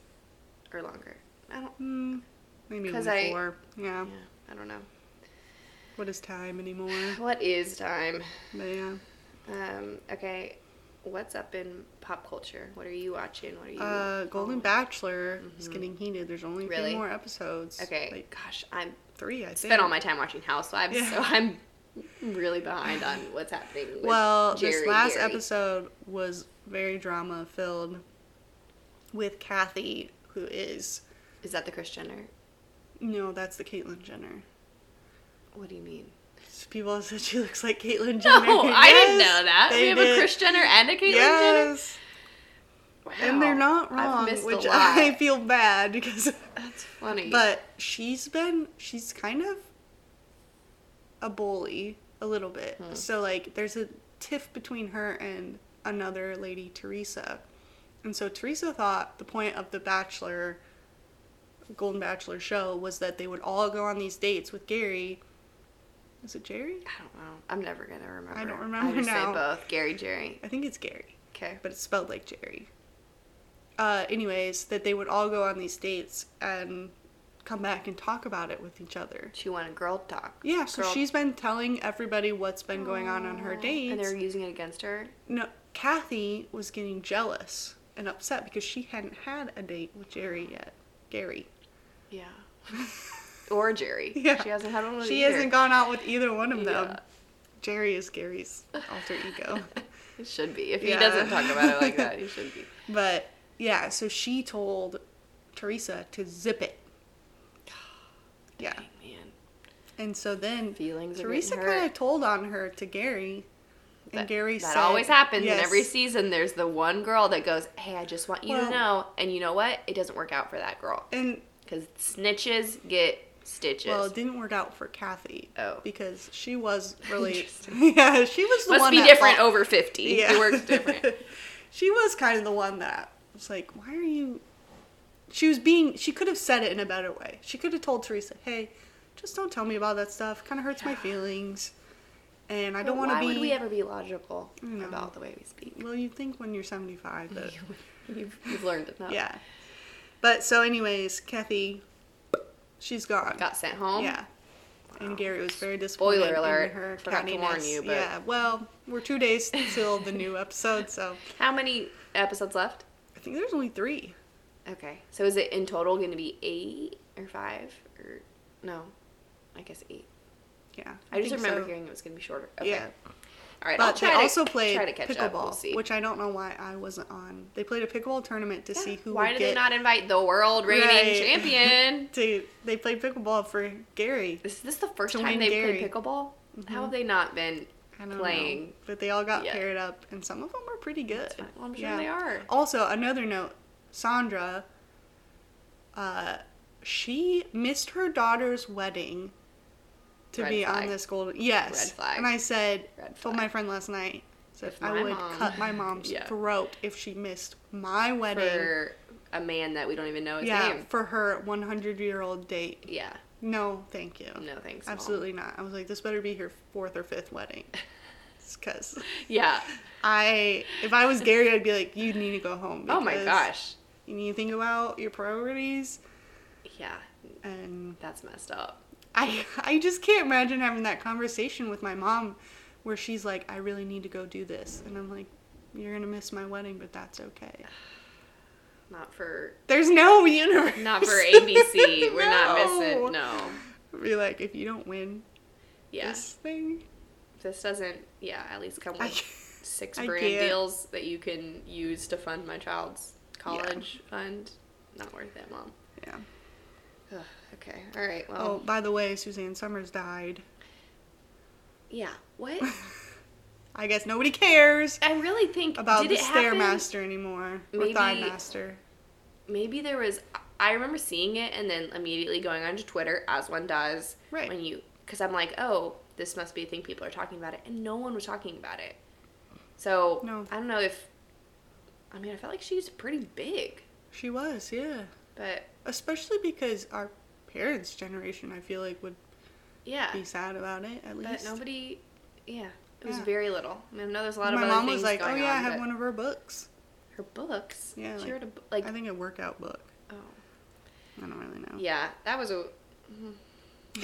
Speaker 1: or longer? I don't.
Speaker 2: mm, maybe
Speaker 1: 'Cause
Speaker 2: only
Speaker 1: I-
Speaker 2: four. Yeah.
Speaker 1: Yeah, I don't know.
Speaker 2: What is time anymore?
Speaker 1: What is time?
Speaker 2: But yeah.
Speaker 1: Um, okay, what's up in pop culture? What are you watching? What are you?
Speaker 2: Uh, Golden Bachelor is
Speaker 1: Mhm.
Speaker 2: getting heated. There's only a
Speaker 1: Really?
Speaker 2: few more episodes.
Speaker 1: Okay,
Speaker 2: Like
Speaker 1: gosh, I'm
Speaker 2: three, I think.
Speaker 1: spent all my time watching Housewives,
Speaker 2: Yeah.
Speaker 1: so I'm really behind on what's happening. With
Speaker 2: Well, this
Speaker 1: Jerry,
Speaker 2: last
Speaker 1: Gary.
Speaker 2: episode was very drama filled with Kathy, who is
Speaker 1: is that the Kris Jenner?
Speaker 2: no, that's the Caitlyn Jenner.
Speaker 1: What do you mean?
Speaker 2: People said she looks like Caitlyn
Speaker 1: No,
Speaker 2: Jenner.
Speaker 1: I didn't
Speaker 2: Yes,
Speaker 1: know that.
Speaker 2: they
Speaker 1: We have
Speaker 2: did.
Speaker 1: a Kris Jenner and a Caitlyn Jenner.
Speaker 2: Yes,
Speaker 1: Wow.
Speaker 2: and they're not wrong,
Speaker 1: I've missed
Speaker 2: which
Speaker 1: a lot.
Speaker 2: I feel bad because.
Speaker 1: That's funny.
Speaker 2: But she's been she's kind of a bully a little bit.
Speaker 1: Hmm.
Speaker 2: So like there's a tiff between her and another lady, Teresa. And so Teresa thought the point of the Bachelor Golden Bachelor show was that they would all go on these dates with Gary. Is it Jerry?
Speaker 1: I don't know. I'm never gonna remember.
Speaker 2: I don't remember
Speaker 1: I just
Speaker 2: now.
Speaker 1: say both Gary Jerry.
Speaker 2: I think it's Gary.
Speaker 1: Okay.
Speaker 2: but it's spelled like Jerry. Uh, anyways, that they would all go on these dates and come back and talk about it with each other.
Speaker 1: She wanted girl talk.
Speaker 2: Yeah, so
Speaker 1: Girl-
Speaker 2: she's been telling everybody what's been going on on her
Speaker 1: Oh, And
Speaker 2: dates.
Speaker 1: they're using it against her.
Speaker 2: No, Kathy was getting jealous and upset because she hadn't had a date with Jerry yet. Gary.
Speaker 1: Yeah. or Jerry.
Speaker 2: Yeah.
Speaker 1: She hasn't had one with
Speaker 2: She
Speaker 1: either.
Speaker 2: hasn't gone out with either one of them.
Speaker 1: Yeah.
Speaker 2: Jerry is Gary's alter ego.
Speaker 1: It should be. If he
Speaker 2: Yeah.
Speaker 1: doesn't talk about it like that, he should be.
Speaker 2: But yeah, so she told Teresa to zip it. Yeah.
Speaker 1: Dang, man.
Speaker 2: And so then
Speaker 1: Feelings are
Speaker 2: Teresa
Speaker 1: getting hurt.
Speaker 2: kind of told on her to Gary, and
Speaker 1: That-
Speaker 2: Gary
Speaker 1: that
Speaker 2: said,
Speaker 1: always happens in
Speaker 2: Yes.
Speaker 1: every season. There's the one girl that goes, "Hey, I just want you
Speaker 2: Well-
Speaker 1: to know," and you know what? It doesn't work out for that girl
Speaker 2: And
Speaker 1: because snitches get stitches.
Speaker 2: well, it didn't work out for Kathy.
Speaker 1: Oh.
Speaker 2: because she was really
Speaker 1: Interesting.
Speaker 2: yeah, she was the
Speaker 1: Must
Speaker 2: one
Speaker 1: be
Speaker 2: that
Speaker 1: different
Speaker 2: thought-
Speaker 1: over fifty.
Speaker 2: Yeah,
Speaker 1: It works different.
Speaker 2: she was kind of the one that was like, why are you? She was being. She could have said it in a better way. She could have told Teresa, hey, just don't tell me about that stuff. Kind of hurts my
Speaker 1: Yeah.
Speaker 2: feelings, and I don't want to
Speaker 1: Why
Speaker 2: be.
Speaker 1: would we ever be logical
Speaker 2: No.
Speaker 1: about the way we speak?
Speaker 2: well, you think when you're 75 that
Speaker 1: You've, you've learned enough.
Speaker 2: Yeah. But so, anyways, Kathy, she's gone.
Speaker 1: Got sent home.
Speaker 2: Yeah.
Speaker 1: Wow.
Speaker 2: And Gary was very disappointed.
Speaker 1: Spoiler alert.
Speaker 2: In her
Speaker 1: Forgot to warn
Speaker 2: cattiness.
Speaker 1: you, but-
Speaker 2: Yeah. Well, we're two days till the new episode, so
Speaker 1: How many episodes left?
Speaker 2: I think there's only three.
Speaker 1: Okay. So is it in total going to be eight or five or no? I guess eight.
Speaker 2: Yeah.
Speaker 1: I, just
Speaker 2: think
Speaker 1: remember
Speaker 2: so.
Speaker 1: hearing it was going to be shorter. Okay.
Speaker 2: Yeah.
Speaker 1: All right. I'll
Speaker 2: But
Speaker 1: try
Speaker 2: they
Speaker 1: to,
Speaker 2: also played
Speaker 1: try to catch
Speaker 2: pickleball,
Speaker 1: up. We'll see.
Speaker 2: which I don't know why I wasn't on. They played a pickleball tournament to
Speaker 1: Yeah.
Speaker 2: see who
Speaker 1: Why
Speaker 2: would
Speaker 1: did
Speaker 2: get
Speaker 1: they not invite the world reigning
Speaker 2: Right.
Speaker 1: champion?
Speaker 2: to. They played pickleball for Gary.
Speaker 1: Is this the first
Speaker 2: To
Speaker 1: time
Speaker 2: win
Speaker 1: they
Speaker 2: Gary. Mm-hmm.
Speaker 1: played pickleball? How have they not been
Speaker 2: I don't
Speaker 1: playing?
Speaker 2: know, but they all got
Speaker 1: Yeah.
Speaker 2: paired up, and some of them were pretty good.
Speaker 1: That's fine. Well, I'm sure they are.
Speaker 2: Also, another note: Sandra, uh, she missed her daughter's wedding to
Speaker 1: Red
Speaker 2: be on
Speaker 1: flag.
Speaker 2: this golden. Yes,
Speaker 1: Red flag.
Speaker 2: And I said,
Speaker 1: Red
Speaker 2: told my
Speaker 1: flag.
Speaker 2: friend last night, said
Speaker 1: If
Speaker 2: I
Speaker 1: my
Speaker 2: would
Speaker 1: mom-
Speaker 2: cut my mom's
Speaker 1: Yeah.
Speaker 2: throat if she missed my wedding.
Speaker 1: For a man that we don't even know his
Speaker 2: yeah,
Speaker 1: name.
Speaker 2: for her 100-year-old date.
Speaker 1: Yeah.
Speaker 2: No, thank you.
Speaker 1: No thanks. Mom.
Speaker 2: Absolutely not. I was like, this better be her fourth or fifth wedding. Because
Speaker 1: Yeah.
Speaker 2: I, if I was Gary, I'd be like, you need to go home.
Speaker 1: Oh my
Speaker 2: because
Speaker 1: gosh.
Speaker 2: You need to think about your priorities,
Speaker 1: Yeah.
Speaker 2: and
Speaker 1: That's messed up.
Speaker 2: I, I just can't imagine having that conversation with my mom, where she's like, I really need to go do this, and I'm like, you're gonna miss my wedding, but that's okay.
Speaker 1: Not for
Speaker 2: There's no universe.
Speaker 1: not for ABC. We're not missing. No.
Speaker 2: Be like, if you don't win
Speaker 1: Yes.
Speaker 2: this thing,
Speaker 1: This doesn't. Yeah. At least come with
Speaker 2: I-
Speaker 1: six
Speaker 2: I
Speaker 1: brand
Speaker 2: can't.
Speaker 1: deals that you can use to fund my child's college fund. Not worth it, mom.
Speaker 2: yeah.
Speaker 1: Ugh, okay. All right. Well.
Speaker 2: Oh, by the way, Suzanne Summers died.
Speaker 1: Yeah. What?
Speaker 2: I guess nobody cares.
Speaker 1: I really think
Speaker 2: about
Speaker 1: did
Speaker 2: the
Speaker 1: it happen?
Speaker 2: stairmaster anymore or
Speaker 1: Maybe-
Speaker 2: thigh master.
Speaker 1: Maybe there was. I remember seeing it and then immediately going onto Twitter, as one does,
Speaker 2: Right.
Speaker 1: When you, because I'm like, oh, this must be a thing people are talking about it, and no one was talking about it. So
Speaker 2: No.
Speaker 1: I don't know if. I mean, I felt like she's pretty big,
Speaker 2: She was, yeah.
Speaker 1: but
Speaker 2: Especially because our parents' generation, I feel like, would
Speaker 1: yeah,
Speaker 2: be sad about it at
Speaker 1: Ah. but
Speaker 2: least.
Speaker 1: nobody, yeah, It was
Speaker 2: Yeah.
Speaker 1: very little. I, mean, I know there's a lot of
Speaker 2: My
Speaker 1: other
Speaker 2: mom
Speaker 1: things
Speaker 2: was like,
Speaker 1: going
Speaker 2: "Oh yeah,
Speaker 1: on,
Speaker 2: I have
Speaker 1: but
Speaker 2: one of her books.
Speaker 1: Her books.
Speaker 2: Yeah,
Speaker 1: She
Speaker 2: like-
Speaker 1: wrote a book. Like,
Speaker 2: I think a workout book.
Speaker 1: oh,
Speaker 2: I don't really know."
Speaker 1: yeah, that was a. mhm. I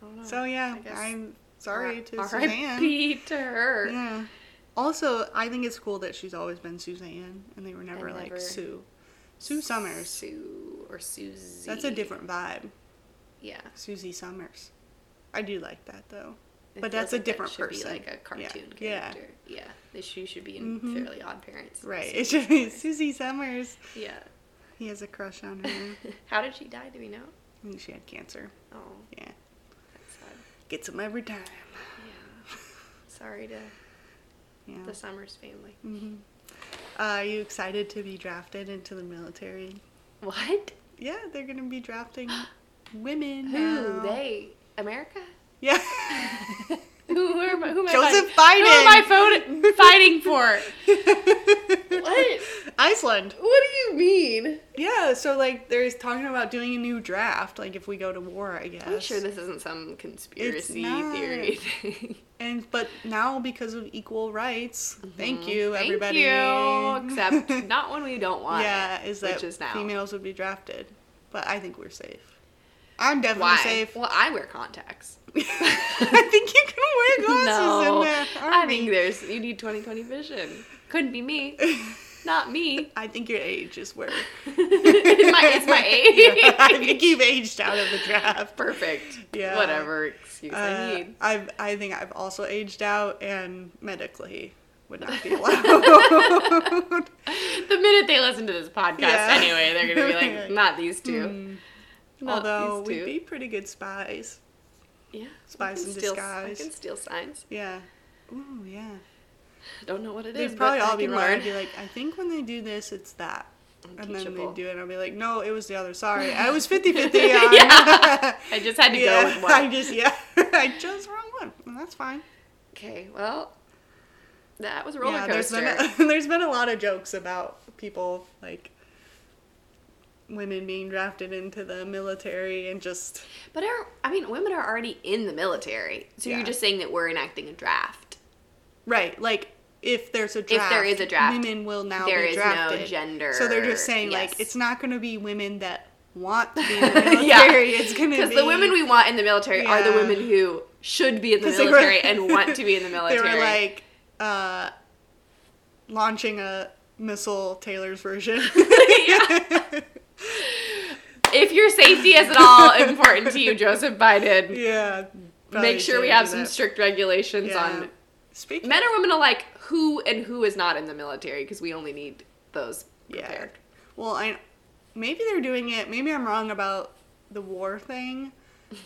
Speaker 1: don't know.
Speaker 2: So yeah,
Speaker 1: I guess-
Speaker 2: I'm sorry to
Speaker 1: R-
Speaker 2: Suzanne.
Speaker 1: R.I.P. to her.
Speaker 2: Yeah. Also, I think it's cool that she's always been Suzanne, and they were never
Speaker 1: And
Speaker 2: like
Speaker 1: never-
Speaker 2: Sue. Sue Summers.
Speaker 1: Sue or Susie.
Speaker 2: That's a different vibe.
Speaker 1: Yeah.
Speaker 2: Susie Summers. I do like that though.
Speaker 1: It
Speaker 2: But that's
Speaker 1: feels
Speaker 2: a different
Speaker 1: should
Speaker 2: person.
Speaker 1: Be like a
Speaker 2: Yeah.
Speaker 1: cartoon
Speaker 2: Yeah.
Speaker 1: character. Yeah. Mm-hmm. They should, should be in
Speaker 2: Mhm.
Speaker 1: Fairly Odd Parents.
Speaker 2: Right.
Speaker 1: Sue
Speaker 2: It should be
Speaker 1: Summers.
Speaker 2: Susie Summers.
Speaker 1: Yeah.
Speaker 2: He has a crush on her.
Speaker 1: How did she die? Do we know?
Speaker 2: I think she had cancer.
Speaker 1: Oh,
Speaker 2: Yeah.
Speaker 1: that's sad.
Speaker 2: Gets him every time.
Speaker 1: Yeah. Sorry to
Speaker 2: Yeah.
Speaker 1: the Summers family.
Speaker 2: hmm Uh, are you excited to be drafted into the military?
Speaker 1: What?
Speaker 2: Yeah, they're gonna be drafting women.
Speaker 1: Who?
Speaker 2: now.
Speaker 1: They? America?
Speaker 2: Yeah.
Speaker 1: Who are my, who am I
Speaker 2: Joseph
Speaker 1: fighting? Who am I
Speaker 2: Biden.
Speaker 1: phone- fighting for? What?
Speaker 2: Iceland.
Speaker 1: What do you mean?
Speaker 2: Yeah, so like they're talking about doing a new draft, like if we go to war, I guess.
Speaker 1: I'm sure this isn't some conspiracy
Speaker 2: not.
Speaker 1: theory thing.
Speaker 2: And but now because of equal rights, thank you
Speaker 1: Mm-hmm. Thank
Speaker 2: everybody.
Speaker 1: you. Except not when we don't want.
Speaker 2: yeah, is that
Speaker 1: which is now.
Speaker 2: females would be drafted, but I think we're safe. I'm definitely
Speaker 1: Why?
Speaker 2: safe.
Speaker 1: Well, I wear contacts.
Speaker 2: I think you can wear glasses
Speaker 1: no,
Speaker 2: in there.
Speaker 1: I think there's you need 20/20 vision. Couldn't be me. Not me.
Speaker 2: I think your age is where
Speaker 1: it's, my, it's my
Speaker 2: Yeah, I
Speaker 1: age.
Speaker 2: think you've aged out of the draft.
Speaker 1: Perfect.
Speaker 2: Yeah.
Speaker 1: Whatever excuse I
Speaker 2: Uh,
Speaker 1: need.
Speaker 2: I've, I think I've also aged out and medically would not be allowed.
Speaker 1: The minute they listen to this podcast,
Speaker 2: Yeah.
Speaker 1: anyway, they're gonna be like, "Not these two.
Speaker 2: Mm.
Speaker 1: Not
Speaker 2: Although
Speaker 1: these
Speaker 2: we'd
Speaker 1: two.
Speaker 2: be pretty good spies.
Speaker 1: yeah,
Speaker 2: spies
Speaker 1: I can
Speaker 2: in
Speaker 1: steal-
Speaker 2: disguise.
Speaker 1: I can steal signs.
Speaker 2: Yeah. Ooh, yeah.
Speaker 1: Don't know what it is,
Speaker 2: They'd probably
Speaker 1: but
Speaker 2: all
Speaker 1: I
Speaker 2: be
Speaker 1: can
Speaker 2: wrong.
Speaker 1: learn.
Speaker 2: I'd be like, I think when they do this, it's that.
Speaker 1: I'm
Speaker 2: And then
Speaker 1: teachable.
Speaker 2: they do it, and I'll be like, no, it was the other. Sorry. I was 50 50.
Speaker 1: Yeah. I just had to go with one.
Speaker 2: I just, yeah. I chose the wrong one. And that's fine.
Speaker 1: Okay, well, that was a roller
Speaker 2: there's
Speaker 1: coaster.
Speaker 2: been a, there's been a lot of jokes about people like women being drafted into the military and just
Speaker 1: but are, I mean, women are already in the military, so
Speaker 2: Yeah.
Speaker 1: you're just saying that we're enacting a draft.
Speaker 2: right like if there's a draft,
Speaker 1: there is a draft,
Speaker 2: women will now
Speaker 1: there
Speaker 2: be
Speaker 1: is no
Speaker 2: drafted.
Speaker 1: gender-
Speaker 2: So they're just saying like
Speaker 1: yes.
Speaker 2: it's not going to be women that want to be in the military. It's going to be
Speaker 1: Because the women we want in the military are the
Speaker 2: Yeah.
Speaker 1: women who should be in the
Speaker 2: 'Cause they were-
Speaker 1: military and want to be in the military.
Speaker 2: They were like uh, launching a missile Taylor's version.
Speaker 1: Yeah. if your safety is at all important to you, Joseph Biden,
Speaker 2: yeah. probably
Speaker 1: make sure we
Speaker 2: shouldn't
Speaker 1: have
Speaker 2: do
Speaker 1: some
Speaker 2: that.
Speaker 1: strict regulations
Speaker 2: Yeah.
Speaker 1: on
Speaker 2: Speaking
Speaker 1: men or women alike who and who is not in the military because we only need those prepared.
Speaker 2: Well, I maybe they're doing it. Maybe I'm wrong about the war thing,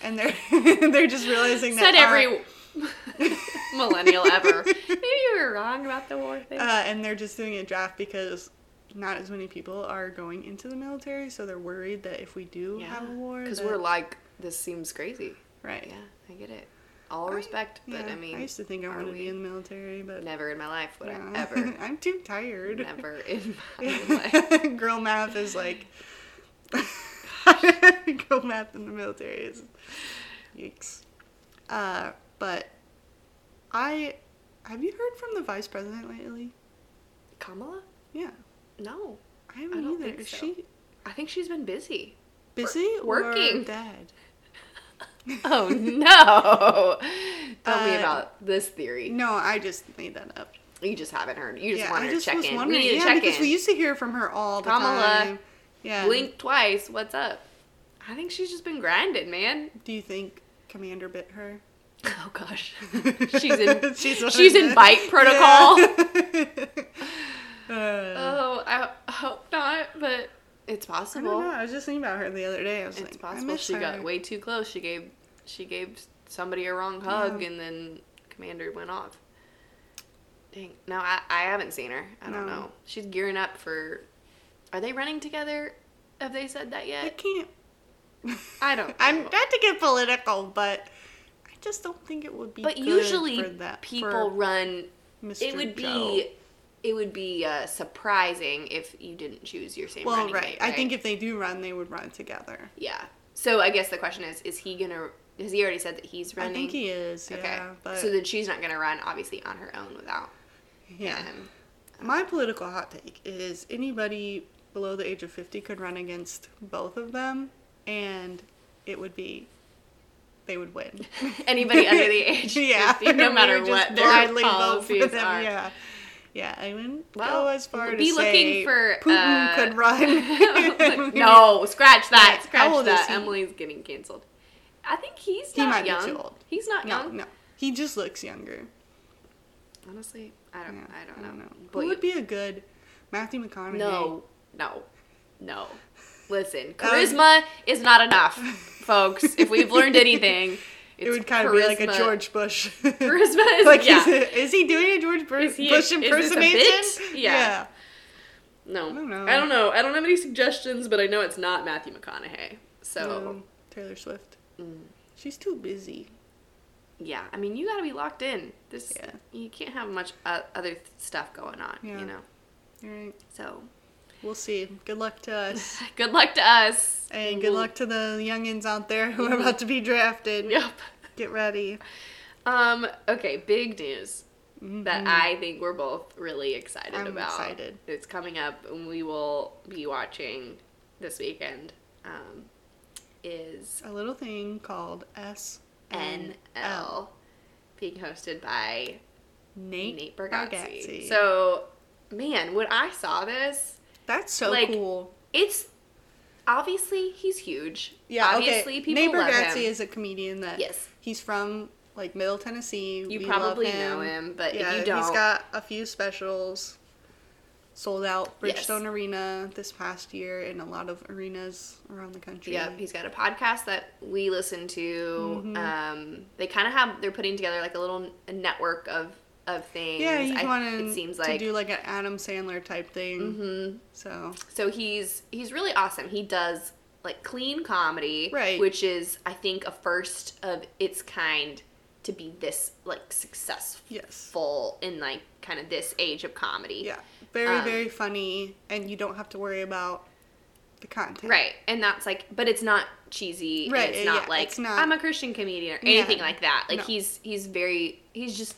Speaker 2: and they're they're just realizing
Speaker 1: Said
Speaker 2: that
Speaker 1: every
Speaker 2: our-
Speaker 1: millennial ever. Maybe you were wrong about the war thing.
Speaker 2: uh, and they're just doing a draft because not as many people are going into the military, so they're worried that if we do have a war,
Speaker 1: because
Speaker 2: that-
Speaker 1: we're like, this seems crazy.
Speaker 2: right.
Speaker 1: Yeah, I get it. All
Speaker 2: I-
Speaker 1: respect, but
Speaker 2: yeah,
Speaker 1: I mean,
Speaker 2: I used to think I
Speaker 1: are
Speaker 2: wanted to
Speaker 1: we-
Speaker 2: be in the military, but
Speaker 1: never in my life would
Speaker 2: no.
Speaker 1: I ever,
Speaker 2: I'm too tired.
Speaker 1: never in my life.
Speaker 2: Girl math is like girl math in the military is yikes. Uh, but I have you heard from the vice president lately?
Speaker 1: Kamala?
Speaker 2: Yeah,
Speaker 1: No,
Speaker 2: I haven't
Speaker 1: don't
Speaker 2: either.
Speaker 1: think
Speaker 2: Is
Speaker 1: so.
Speaker 2: she
Speaker 1: I think she's been busy.
Speaker 2: busy
Speaker 1: working.
Speaker 2: or dead?
Speaker 1: Oh no! Tell me
Speaker 2: Uh,
Speaker 1: about this theory.
Speaker 2: No, I just made that up.
Speaker 1: You just haven't heard. You just
Speaker 2: yeah,
Speaker 1: want
Speaker 2: I
Speaker 1: her to
Speaker 2: just
Speaker 1: check
Speaker 2: was
Speaker 1: in.
Speaker 2: wondering.
Speaker 1: We need to
Speaker 2: yeah,
Speaker 1: check
Speaker 2: because
Speaker 1: in.
Speaker 2: we used to hear from her all the
Speaker 1: Kamala,
Speaker 2: time. Yeah.
Speaker 1: Blink twice. What's up? I think she's just been grinding, man.
Speaker 2: Do you think Commander bit her?
Speaker 1: Oh gosh, she's in.
Speaker 2: she's one
Speaker 1: she's
Speaker 2: of
Speaker 1: in
Speaker 2: the-
Speaker 1: bite protocol.
Speaker 2: Yeah. Uh,
Speaker 1: Oh, I hope not, but it's
Speaker 2: I don't know.
Speaker 1: possible.
Speaker 2: I was just thinking about her the other day. I was
Speaker 1: It's
Speaker 2: like, I
Speaker 1: possible
Speaker 2: miss
Speaker 1: she
Speaker 2: her.
Speaker 1: got way too close. She gave she gave somebody a wrong hug,
Speaker 2: Yeah.
Speaker 1: and then Commander went off. Dang. No, I, I haven't seen her. I don't
Speaker 2: No.
Speaker 1: know. She's gearing up for. Are they running together? Have they said that
Speaker 2: I
Speaker 1: yet?
Speaker 2: can't.
Speaker 1: I don't
Speaker 2: I'm
Speaker 1: know.
Speaker 2: not to get political, but I just don't think it would be.
Speaker 1: But
Speaker 2: good
Speaker 1: usually
Speaker 2: for that,
Speaker 1: people run
Speaker 2: For Mr.
Speaker 1: it would
Speaker 2: Joe.
Speaker 1: be it would be uh, surprising if you didn't choose your same
Speaker 2: Well,
Speaker 1: running
Speaker 2: right.
Speaker 1: mate,
Speaker 2: I think if they do run, they would run together.
Speaker 1: yeah so i guess the question is is he gonna Because he already said that he's
Speaker 2: I
Speaker 1: running.
Speaker 2: think he is.
Speaker 1: Okay.
Speaker 2: Yeah, but
Speaker 1: So then she's not going to run, obviously, on her own without
Speaker 2: yeah.
Speaker 1: him.
Speaker 2: My political hot take is anybody below the age of 50 could run against both of them and it would be they would win.
Speaker 1: Anybody under the age of 50, no
Speaker 2: we
Speaker 1: matter
Speaker 2: would just
Speaker 1: what their
Speaker 2: blindly vote for
Speaker 1: policies are.
Speaker 2: Yeah. Yeah, I wouldn't
Speaker 1: Well,
Speaker 2: go as far
Speaker 1: we'll
Speaker 2: to
Speaker 1: be looking
Speaker 2: say
Speaker 1: for,
Speaker 2: Putin
Speaker 1: uh,
Speaker 2: could run.
Speaker 1: no, scratch that.
Speaker 2: How
Speaker 1: Scratch
Speaker 2: old is
Speaker 1: that.
Speaker 2: he?
Speaker 1: Emily's getting canceled. I think he's
Speaker 2: He
Speaker 1: not
Speaker 2: might be
Speaker 1: young.
Speaker 2: too old.
Speaker 1: He's not
Speaker 2: no,
Speaker 1: young.
Speaker 2: no. He just looks younger.
Speaker 1: Honestly, I don't.
Speaker 2: Yeah,
Speaker 1: Oh, I don't know. But
Speaker 2: Who
Speaker 1: you-
Speaker 2: would be a good Matthew McConaughey?
Speaker 1: no, no, no. Listen,
Speaker 2: That would-
Speaker 1: charisma is not enough, folks. If we've learned anything,
Speaker 2: It would kind of be like a George Bush.
Speaker 1: Charisma is
Speaker 2: like
Speaker 1: yeah.
Speaker 2: he's a- is he doing a George Bur-
Speaker 1: Is he a- is
Speaker 2: Bush
Speaker 1: this a
Speaker 2: impersonation?
Speaker 1: bit? Yeah. no, I
Speaker 2: don't know.
Speaker 1: I don't know. I don't have any suggestions, but I know it's not Matthew McConaughey. So Mm.
Speaker 2: No, Mm, Taylor Swift. She's too busy.
Speaker 1: yeah, I mean, you got to be locked in. This
Speaker 2: Yeah.
Speaker 1: you can't have much uh, other th- stuff going on.
Speaker 2: Yeah.
Speaker 1: You know,
Speaker 2: All right.
Speaker 1: so
Speaker 2: We'll see. Good luck to us.
Speaker 1: good luck to us.
Speaker 2: And good
Speaker 1: We'll-
Speaker 2: luck to the youngins out there who
Speaker 1: Mm-hmm.
Speaker 2: are about to be drafted.
Speaker 1: Yep.
Speaker 2: Get ready.
Speaker 1: Um. Okay. Big news that
Speaker 2: Mhm.
Speaker 1: I think we're both really excited
Speaker 2: I'm
Speaker 1: about.
Speaker 2: excited.
Speaker 1: It's coming up, and we will be watching this weekend. Um, is
Speaker 2: A little thing called S N L
Speaker 1: NL being hosted by
Speaker 2: Nate,
Speaker 1: Nate
Speaker 2: Bargatze.
Speaker 1: Bargatze. So, man, when I saw this,
Speaker 2: that's so
Speaker 1: like,
Speaker 2: cool.
Speaker 1: it's obviously he's huge.
Speaker 2: Yeah,
Speaker 1: obviously
Speaker 2: okay.
Speaker 1: people
Speaker 2: Nate
Speaker 1: love
Speaker 2: Bargatze
Speaker 1: him.
Speaker 2: is a comedian that
Speaker 1: Yes.
Speaker 2: he's from like Middle Tennessee.
Speaker 1: You
Speaker 2: We
Speaker 1: probably
Speaker 2: love him.
Speaker 1: know him, but if
Speaker 2: yeah,
Speaker 1: you don't-
Speaker 2: he's got a few specials. Sold out
Speaker 1: Yes.
Speaker 2: Bridgestone Arena this past year and a lot of arenas around the country.
Speaker 1: Yep, he's got a podcast that we listen to.
Speaker 2: Mhm.
Speaker 1: Um, they kind of have they're putting together like a little n- network of of things.
Speaker 2: yeah, he's
Speaker 1: I-
Speaker 2: wanted
Speaker 1: it seems
Speaker 2: to
Speaker 1: like.
Speaker 2: do like an Adam Sandler type thing.
Speaker 1: Mhm.
Speaker 2: So
Speaker 1: So he's he's really awesome. He does like clean comedy,
Speaker 2: Right.
Speaker 1: Which is I think a first of its kind to be this like successful
Speaker 2: yes,
Speaker 1: in like kind of this age of comedy.
Speaker 2: yeah, very
Speaker 1: Um,
Speaker 2: very funny, and you don't have to worry about the content.
Speaker 1: Right. And that's like but it's not cheesy.
Speaker 2: Right,
Speaker 1: And it's
Speaker 2: yeah,
Speaker 1: not
Speaker 2: yeah,
Speaker 1: like
Speaker 2: it's not-
Speaker 1: I'm a Christian comedian or
Speaker 2: Yeah.
Speaker 1: anything like that. Like
Speaker 2: No.
Speaker 1: he's he's very he's just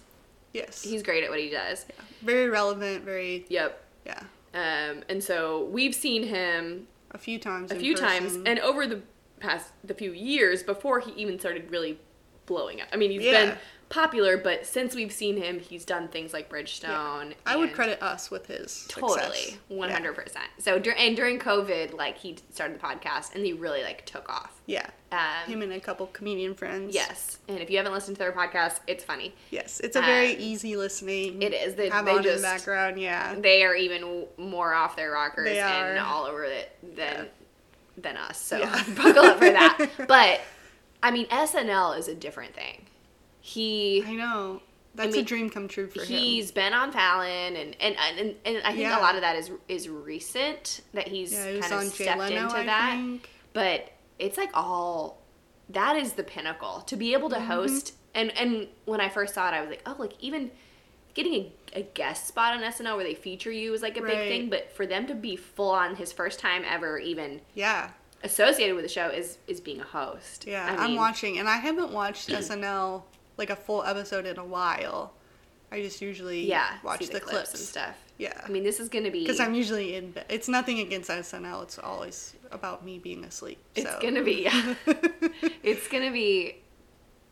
Speaker 2: Yes,
Speaker 1: he's great at what he does.
Speaker 2: very relevant. Very
Speaker 1: Yep.
Speaker 2: yeah,
Speaker 1: Um and so we've seen him
Speaker 2: a few times.
Speaker 1: a
Speaker 2: in
Speaker 1: few times
Speaker 2: person.
Speaker 1: and over the past the few years before he even started really blowing up. I mean, he's been
Speaker 2: Yeah.
Speaker 1: popular, but since we've seen him, he's done things like Bridgestone.
Speaker 2: I would
Speaker 1: and-
Speaker 2: credit us with his
Speaker 1: totally
Speaker 2: success.
Speaker 1: 100%. So dur- and during COVID, like he started the podcast and he really like took off.
Speaker 2: Yeah. yeah.
Speaker 1: Um,
Speaker 2: Him and a couple comedian friends.
Speaker 1: Yes, and if you haven't listened to their podcast, it's funny.
Speaker 2: Yes. It's a very
Speaker 1: Um,
Speaker 2: easy listening.
Speaker 1: it is. They-
Speaker 2: have
Speaker 1: they
Speaker 2: on in
Speaker 1: just-
Speaker 2: the background. Yeah.
Speaker 1: They are even w- more off their rockers
Speaker 2: They
Speaker 1: and
Speaker 2: are.
Speaker 1: all over it than than us. So
Speaker 2: Yeah.
Speaker 1: buckle up for that. But I mean, SNL is a different thing. He
Speaker 2: I know. That's
Speaker 1: mean,
Speaker 2: a dream come true for him.
Speaker 1: he's been on Fallon, and and and, and I think
Speaker 2: Yeah.
Speaker 1: a lot of that is is recent that he's
Speaker 2: Yeah,
Speaker 1: kind
Speaker 2: he was
Speaker 1: of
Speaker 2: on Jay
Speaker 1: stepped
Speaker 2: Leno,
Speaker 1: into
Speaker 2: I
Speaker 1: that.
Speaker 2: think.
Speaker 1: But it's like all that is the pinnacle to be able to
Speaker 2: Mm-hmm.
Speaker 1: host. And and when I first saw it, I was like, oh, like even getting a, a guest spot on SNL where they feature you is like a big
Speaker 2: Right.
Speaker 1: thing. But for them to be full on his first time ever, even
Speaker 2: Yeah.
Speaker 1: associated with the show, is is being a host.
Speaker 2: Yeah.
Speaker 1: I
Speaker 2: I'm
Speaker 1: mean,
Speaker 2: watching, and I haven't watched SNL like a full episode in a while. I just usually
Speaker 1: Yeah,
Speaker 2: watch
Speaker 1: see
Speaker 2: the, clips.
Speaker 1: and stuff.
Speaker 2: Yeah.
Speaker 1: I mean, this is gonna be
Speaker 2: because I'm usually in bed. It's nothing against SNL. It's always about me being asleep.
Speaker 1: It's
Speaker 2: so.
Speaker 1: gonna be yeah. it's gonna be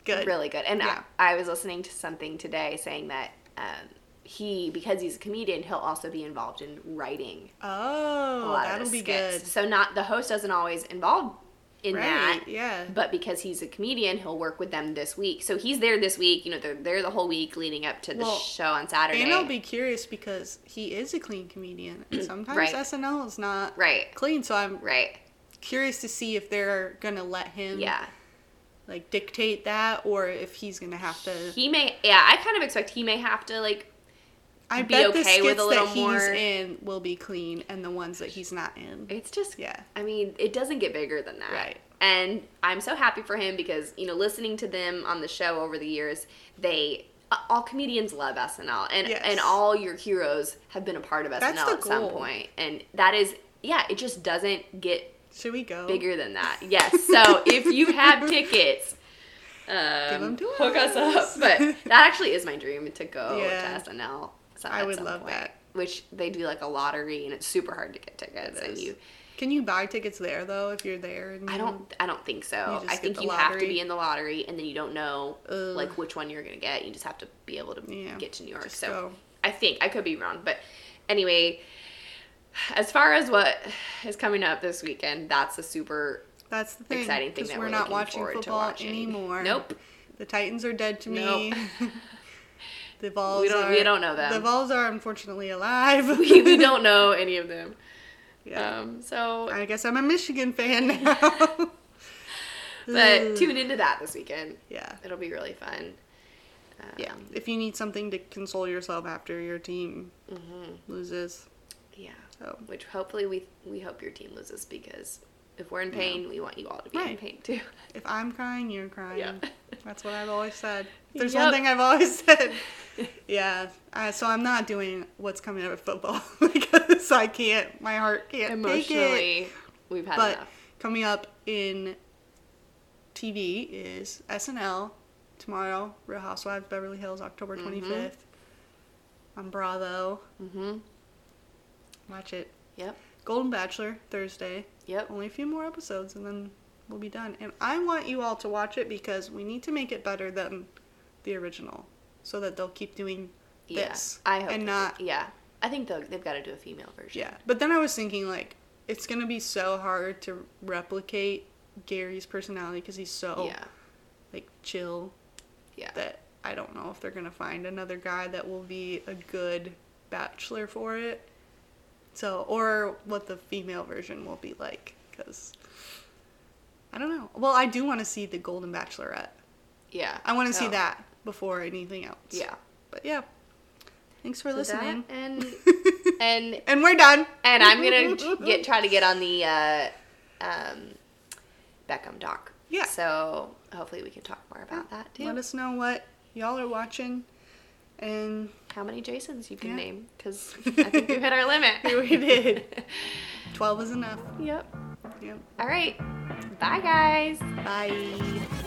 Speaker 2: good.
Speaker 1: really good. And
Speaker 2: Yeah.
Speaker 1: I, I was listening to something today saying that um, he, because he's a comedian, he'll also be involved in writing a
Speaker 2: Oh,
Speaker 1: lot
Speaker 2: that'll
Speaker 1: of the
Speaker 2: be
Speaker 1: skits.
Speaker 2: good.
Speaker 1: So not the host doesn't always involve in that.
Speaker 2: Yeah.
Speaker 1: But because he's a comedian, he'll work with them this week. So he's there this week. You know, they're there the whole week leading up to the
Speaker 2: Well,
Speaker 1: show on Saturday. Mm,
Speaker 2: and I'll be curious because he is a clean comedian. And sometimes
Speaker 1: Right.
Speaker 2: SNL is not
Speaker 1: right,
Speaker 2: clean, so I'm
Speaker 1: right,
Speaker 2: curious to see if they're gonna let him
Speaker 1: yeah.
Speaker 2: like dictate that or if he's gonna have to
Speaker 1: He may, yeah. I kind of expect he may have to like
Speaker 2: I
Speaker 1: be
Speaker 2: bet the
Speaker 1: okay
Speaker 2: skits
Speaker 1: with a little
Speaker 2: that
Speaker 1: more-
Speaker 2: he's in will be clean and the ones that he's not in.
Speaker 1: It's just
Speaker 2: Yeah.
Speaker 1: I mean, it doesn't get bigger than that.
Speaker 2: Right.
Speaker 1: And I'm so happy for him because you know, listening to them on the show over the years, they uh, all comedians love SNL, and
Speaker 2: Yes.
Speaker 1: and all your heroes have been a part of SNL
Speaker 2: That's the
Speaker 1: at some
Speaker 2: goal.
Speaker 1: point, and that is yeah, it just doesn't get
Speaker 2: Should we go?
Speaker 1: bigger than that. Yes. So if you have tickets um,
Speaker 2: Give 'em to
Speaker 1: hook us.
Speaker 2: us.
Speaker 1: up. But that actually is my dream to go
Speaker 2: Yeah.
Speaker 1: to SNL. So
Speaker 2: I
Speaker 1: at
Speaker 2: would
Speaker 1: some
Speaker 2: love that.
Speaker 1: Which they do like a lottery, and it's super hard to get tickets. And
Speaker 2: is.
Speaker 1: you,
Speaker 2: Can you buy tickets there though if you're there? And
Speaker 1: I
Speaker 2: you-
Speaker 1: don't, I don't think so.
Speaker 2: Mm-hmm. You just
Speaker 1: I
Speaker 2: get
Speaker 1: think
Speaker 2: the
Speaker 1: you have to
Speaker 2: lottery.
Speaker 1: be in the lottery, and then you don't know
Speaker 2: Ugh.
Speaker 1: like which one you're gonna get. You just have to be able to
Speaker 2: Yeah,
Speaker 1: get to New York.
Speaker 2: just
Speaker 1: So
Speaker 2: go.
Speaker 1: I think I could be wrong, but anyway, as far as what is coming up this weekend, that's a super
Speaker 2: That's the thing.
Speaker 1: exciting thing
Speaker 2: 'cause
Speaker 1: that
Speaker 2: we're
Speaker 1: we're
Speaker 2: not
Speaker 1: looking
Speaker 2: watching
Speaker 1: forward to
Speaker 2: football
Speaker 1: watching.
Speaker 2: anymore.
Speaker 1: Nope.
Speaker 2: The Titans are dead to me.
Speaker 1: Nope.
Speaker 2: The Vols.
Speaker 1: We don't-
Speaker 2: Are,
Speaker 1: we don't know them.
Speaker 2: The Vols are unfortunately alive.
Speaker 1: we, we don't know any of them.
Speaker 2: Yeah.
Speaker 1: Um, so,
Speaker 2: I guess I'm a Michigan fan now.
Speaker 1: but tune into that this weekend.
Speaker 2: Yeah.
Speaker 1: It'll be really fun. Um,
Speaker 2: Yeah. if you need something to console yourself after your team
Speaker 1: Mm-hmm.
Speaker 2: loses,
Speaker 1: yeah.
Speaker 2: so
Speaker 1: Which hopefully we we hope your team loses because if we're in pain, we want you all to be in
Speaker 2: Right.
Speaker 1: pain too.
Speaker 2: if I'm crying, you're crying.
Speaker 1: Yeah.
Speaker 2: That's what I've always said. If there's
Speaker 1: Yep.
Speaker 2: one thing I've always said. Yeah. Uh, so I'm not doing what's coming up at football because I can't. My heart can't take it.
Speaker 1: Emotionally, we've had
Speaker 2: But
Speaker 1: enough.
Speaker 2: coming up in TV is SNL tomorrow, Real Housewives Beverly Hills, October 25th on Bravo.
Speaker 1: Mm-hmm.
Speaker 2: Watch it.
Speaker 1: Yep.
Speaker 2: Golden Bachelor Thursday.
Speaker 1: Yep.
Speaker 2: Only a few more episodes and then we'll be done. And I want you all to watch it because we need to make it better than the original so that they'll keep doing
Speaker 1: Yeah.
Speaker 2: this.
Speaker 1: I hope.
Speaker 2: and
Speaker 1: they-
Speaker 2: not
Speaker 1: Yeah. I think they'll- they've got to do a female version.
Speaker 2: Yeah. But then I was thinking, like, it's going to be so hard to replicate Gary's personality because he's so,
Speaker 1: Yeah.
Speaker 2: like, chill
Speaker 1: Yeah.
Speaker 2: Oh. that I don't know if they're going to find another guy that will be a good bachelor for it. So, or what the female version will be like because I don't know. Well, I do want to see the Golden Bachelorette.
Speaker 1: yeah.
Speaker 2: I want to see
Speaker 1: Oh,
Speaker 2: that before anything else.
Speaker 1: Yeah.
Speaker 2: But yeah. Thanks for
Speaker 1: So that
Speaker 2: listening.
Speaker 1: and and
Speaker 2: and we're done.
Speaker 1: And I'm gonna get try to get on the uh, um, Beckham doc.
Speaker 2: Yeah.
Speaker 1: So hopefully we can talk more about that too.
Speaker 2: Let us know what y'all are watching. And
Speaker 1: How many Jasons you can
Speaker 2: Yeah.
Speaker 1: name? Because I think we hit our limit.
Speaker 2: we did. 12 is enough.
Speaker 1: yep.
Speaker 2: Yep.
Speaker 1: All right. Bye guys.
Speaker 2: Bye.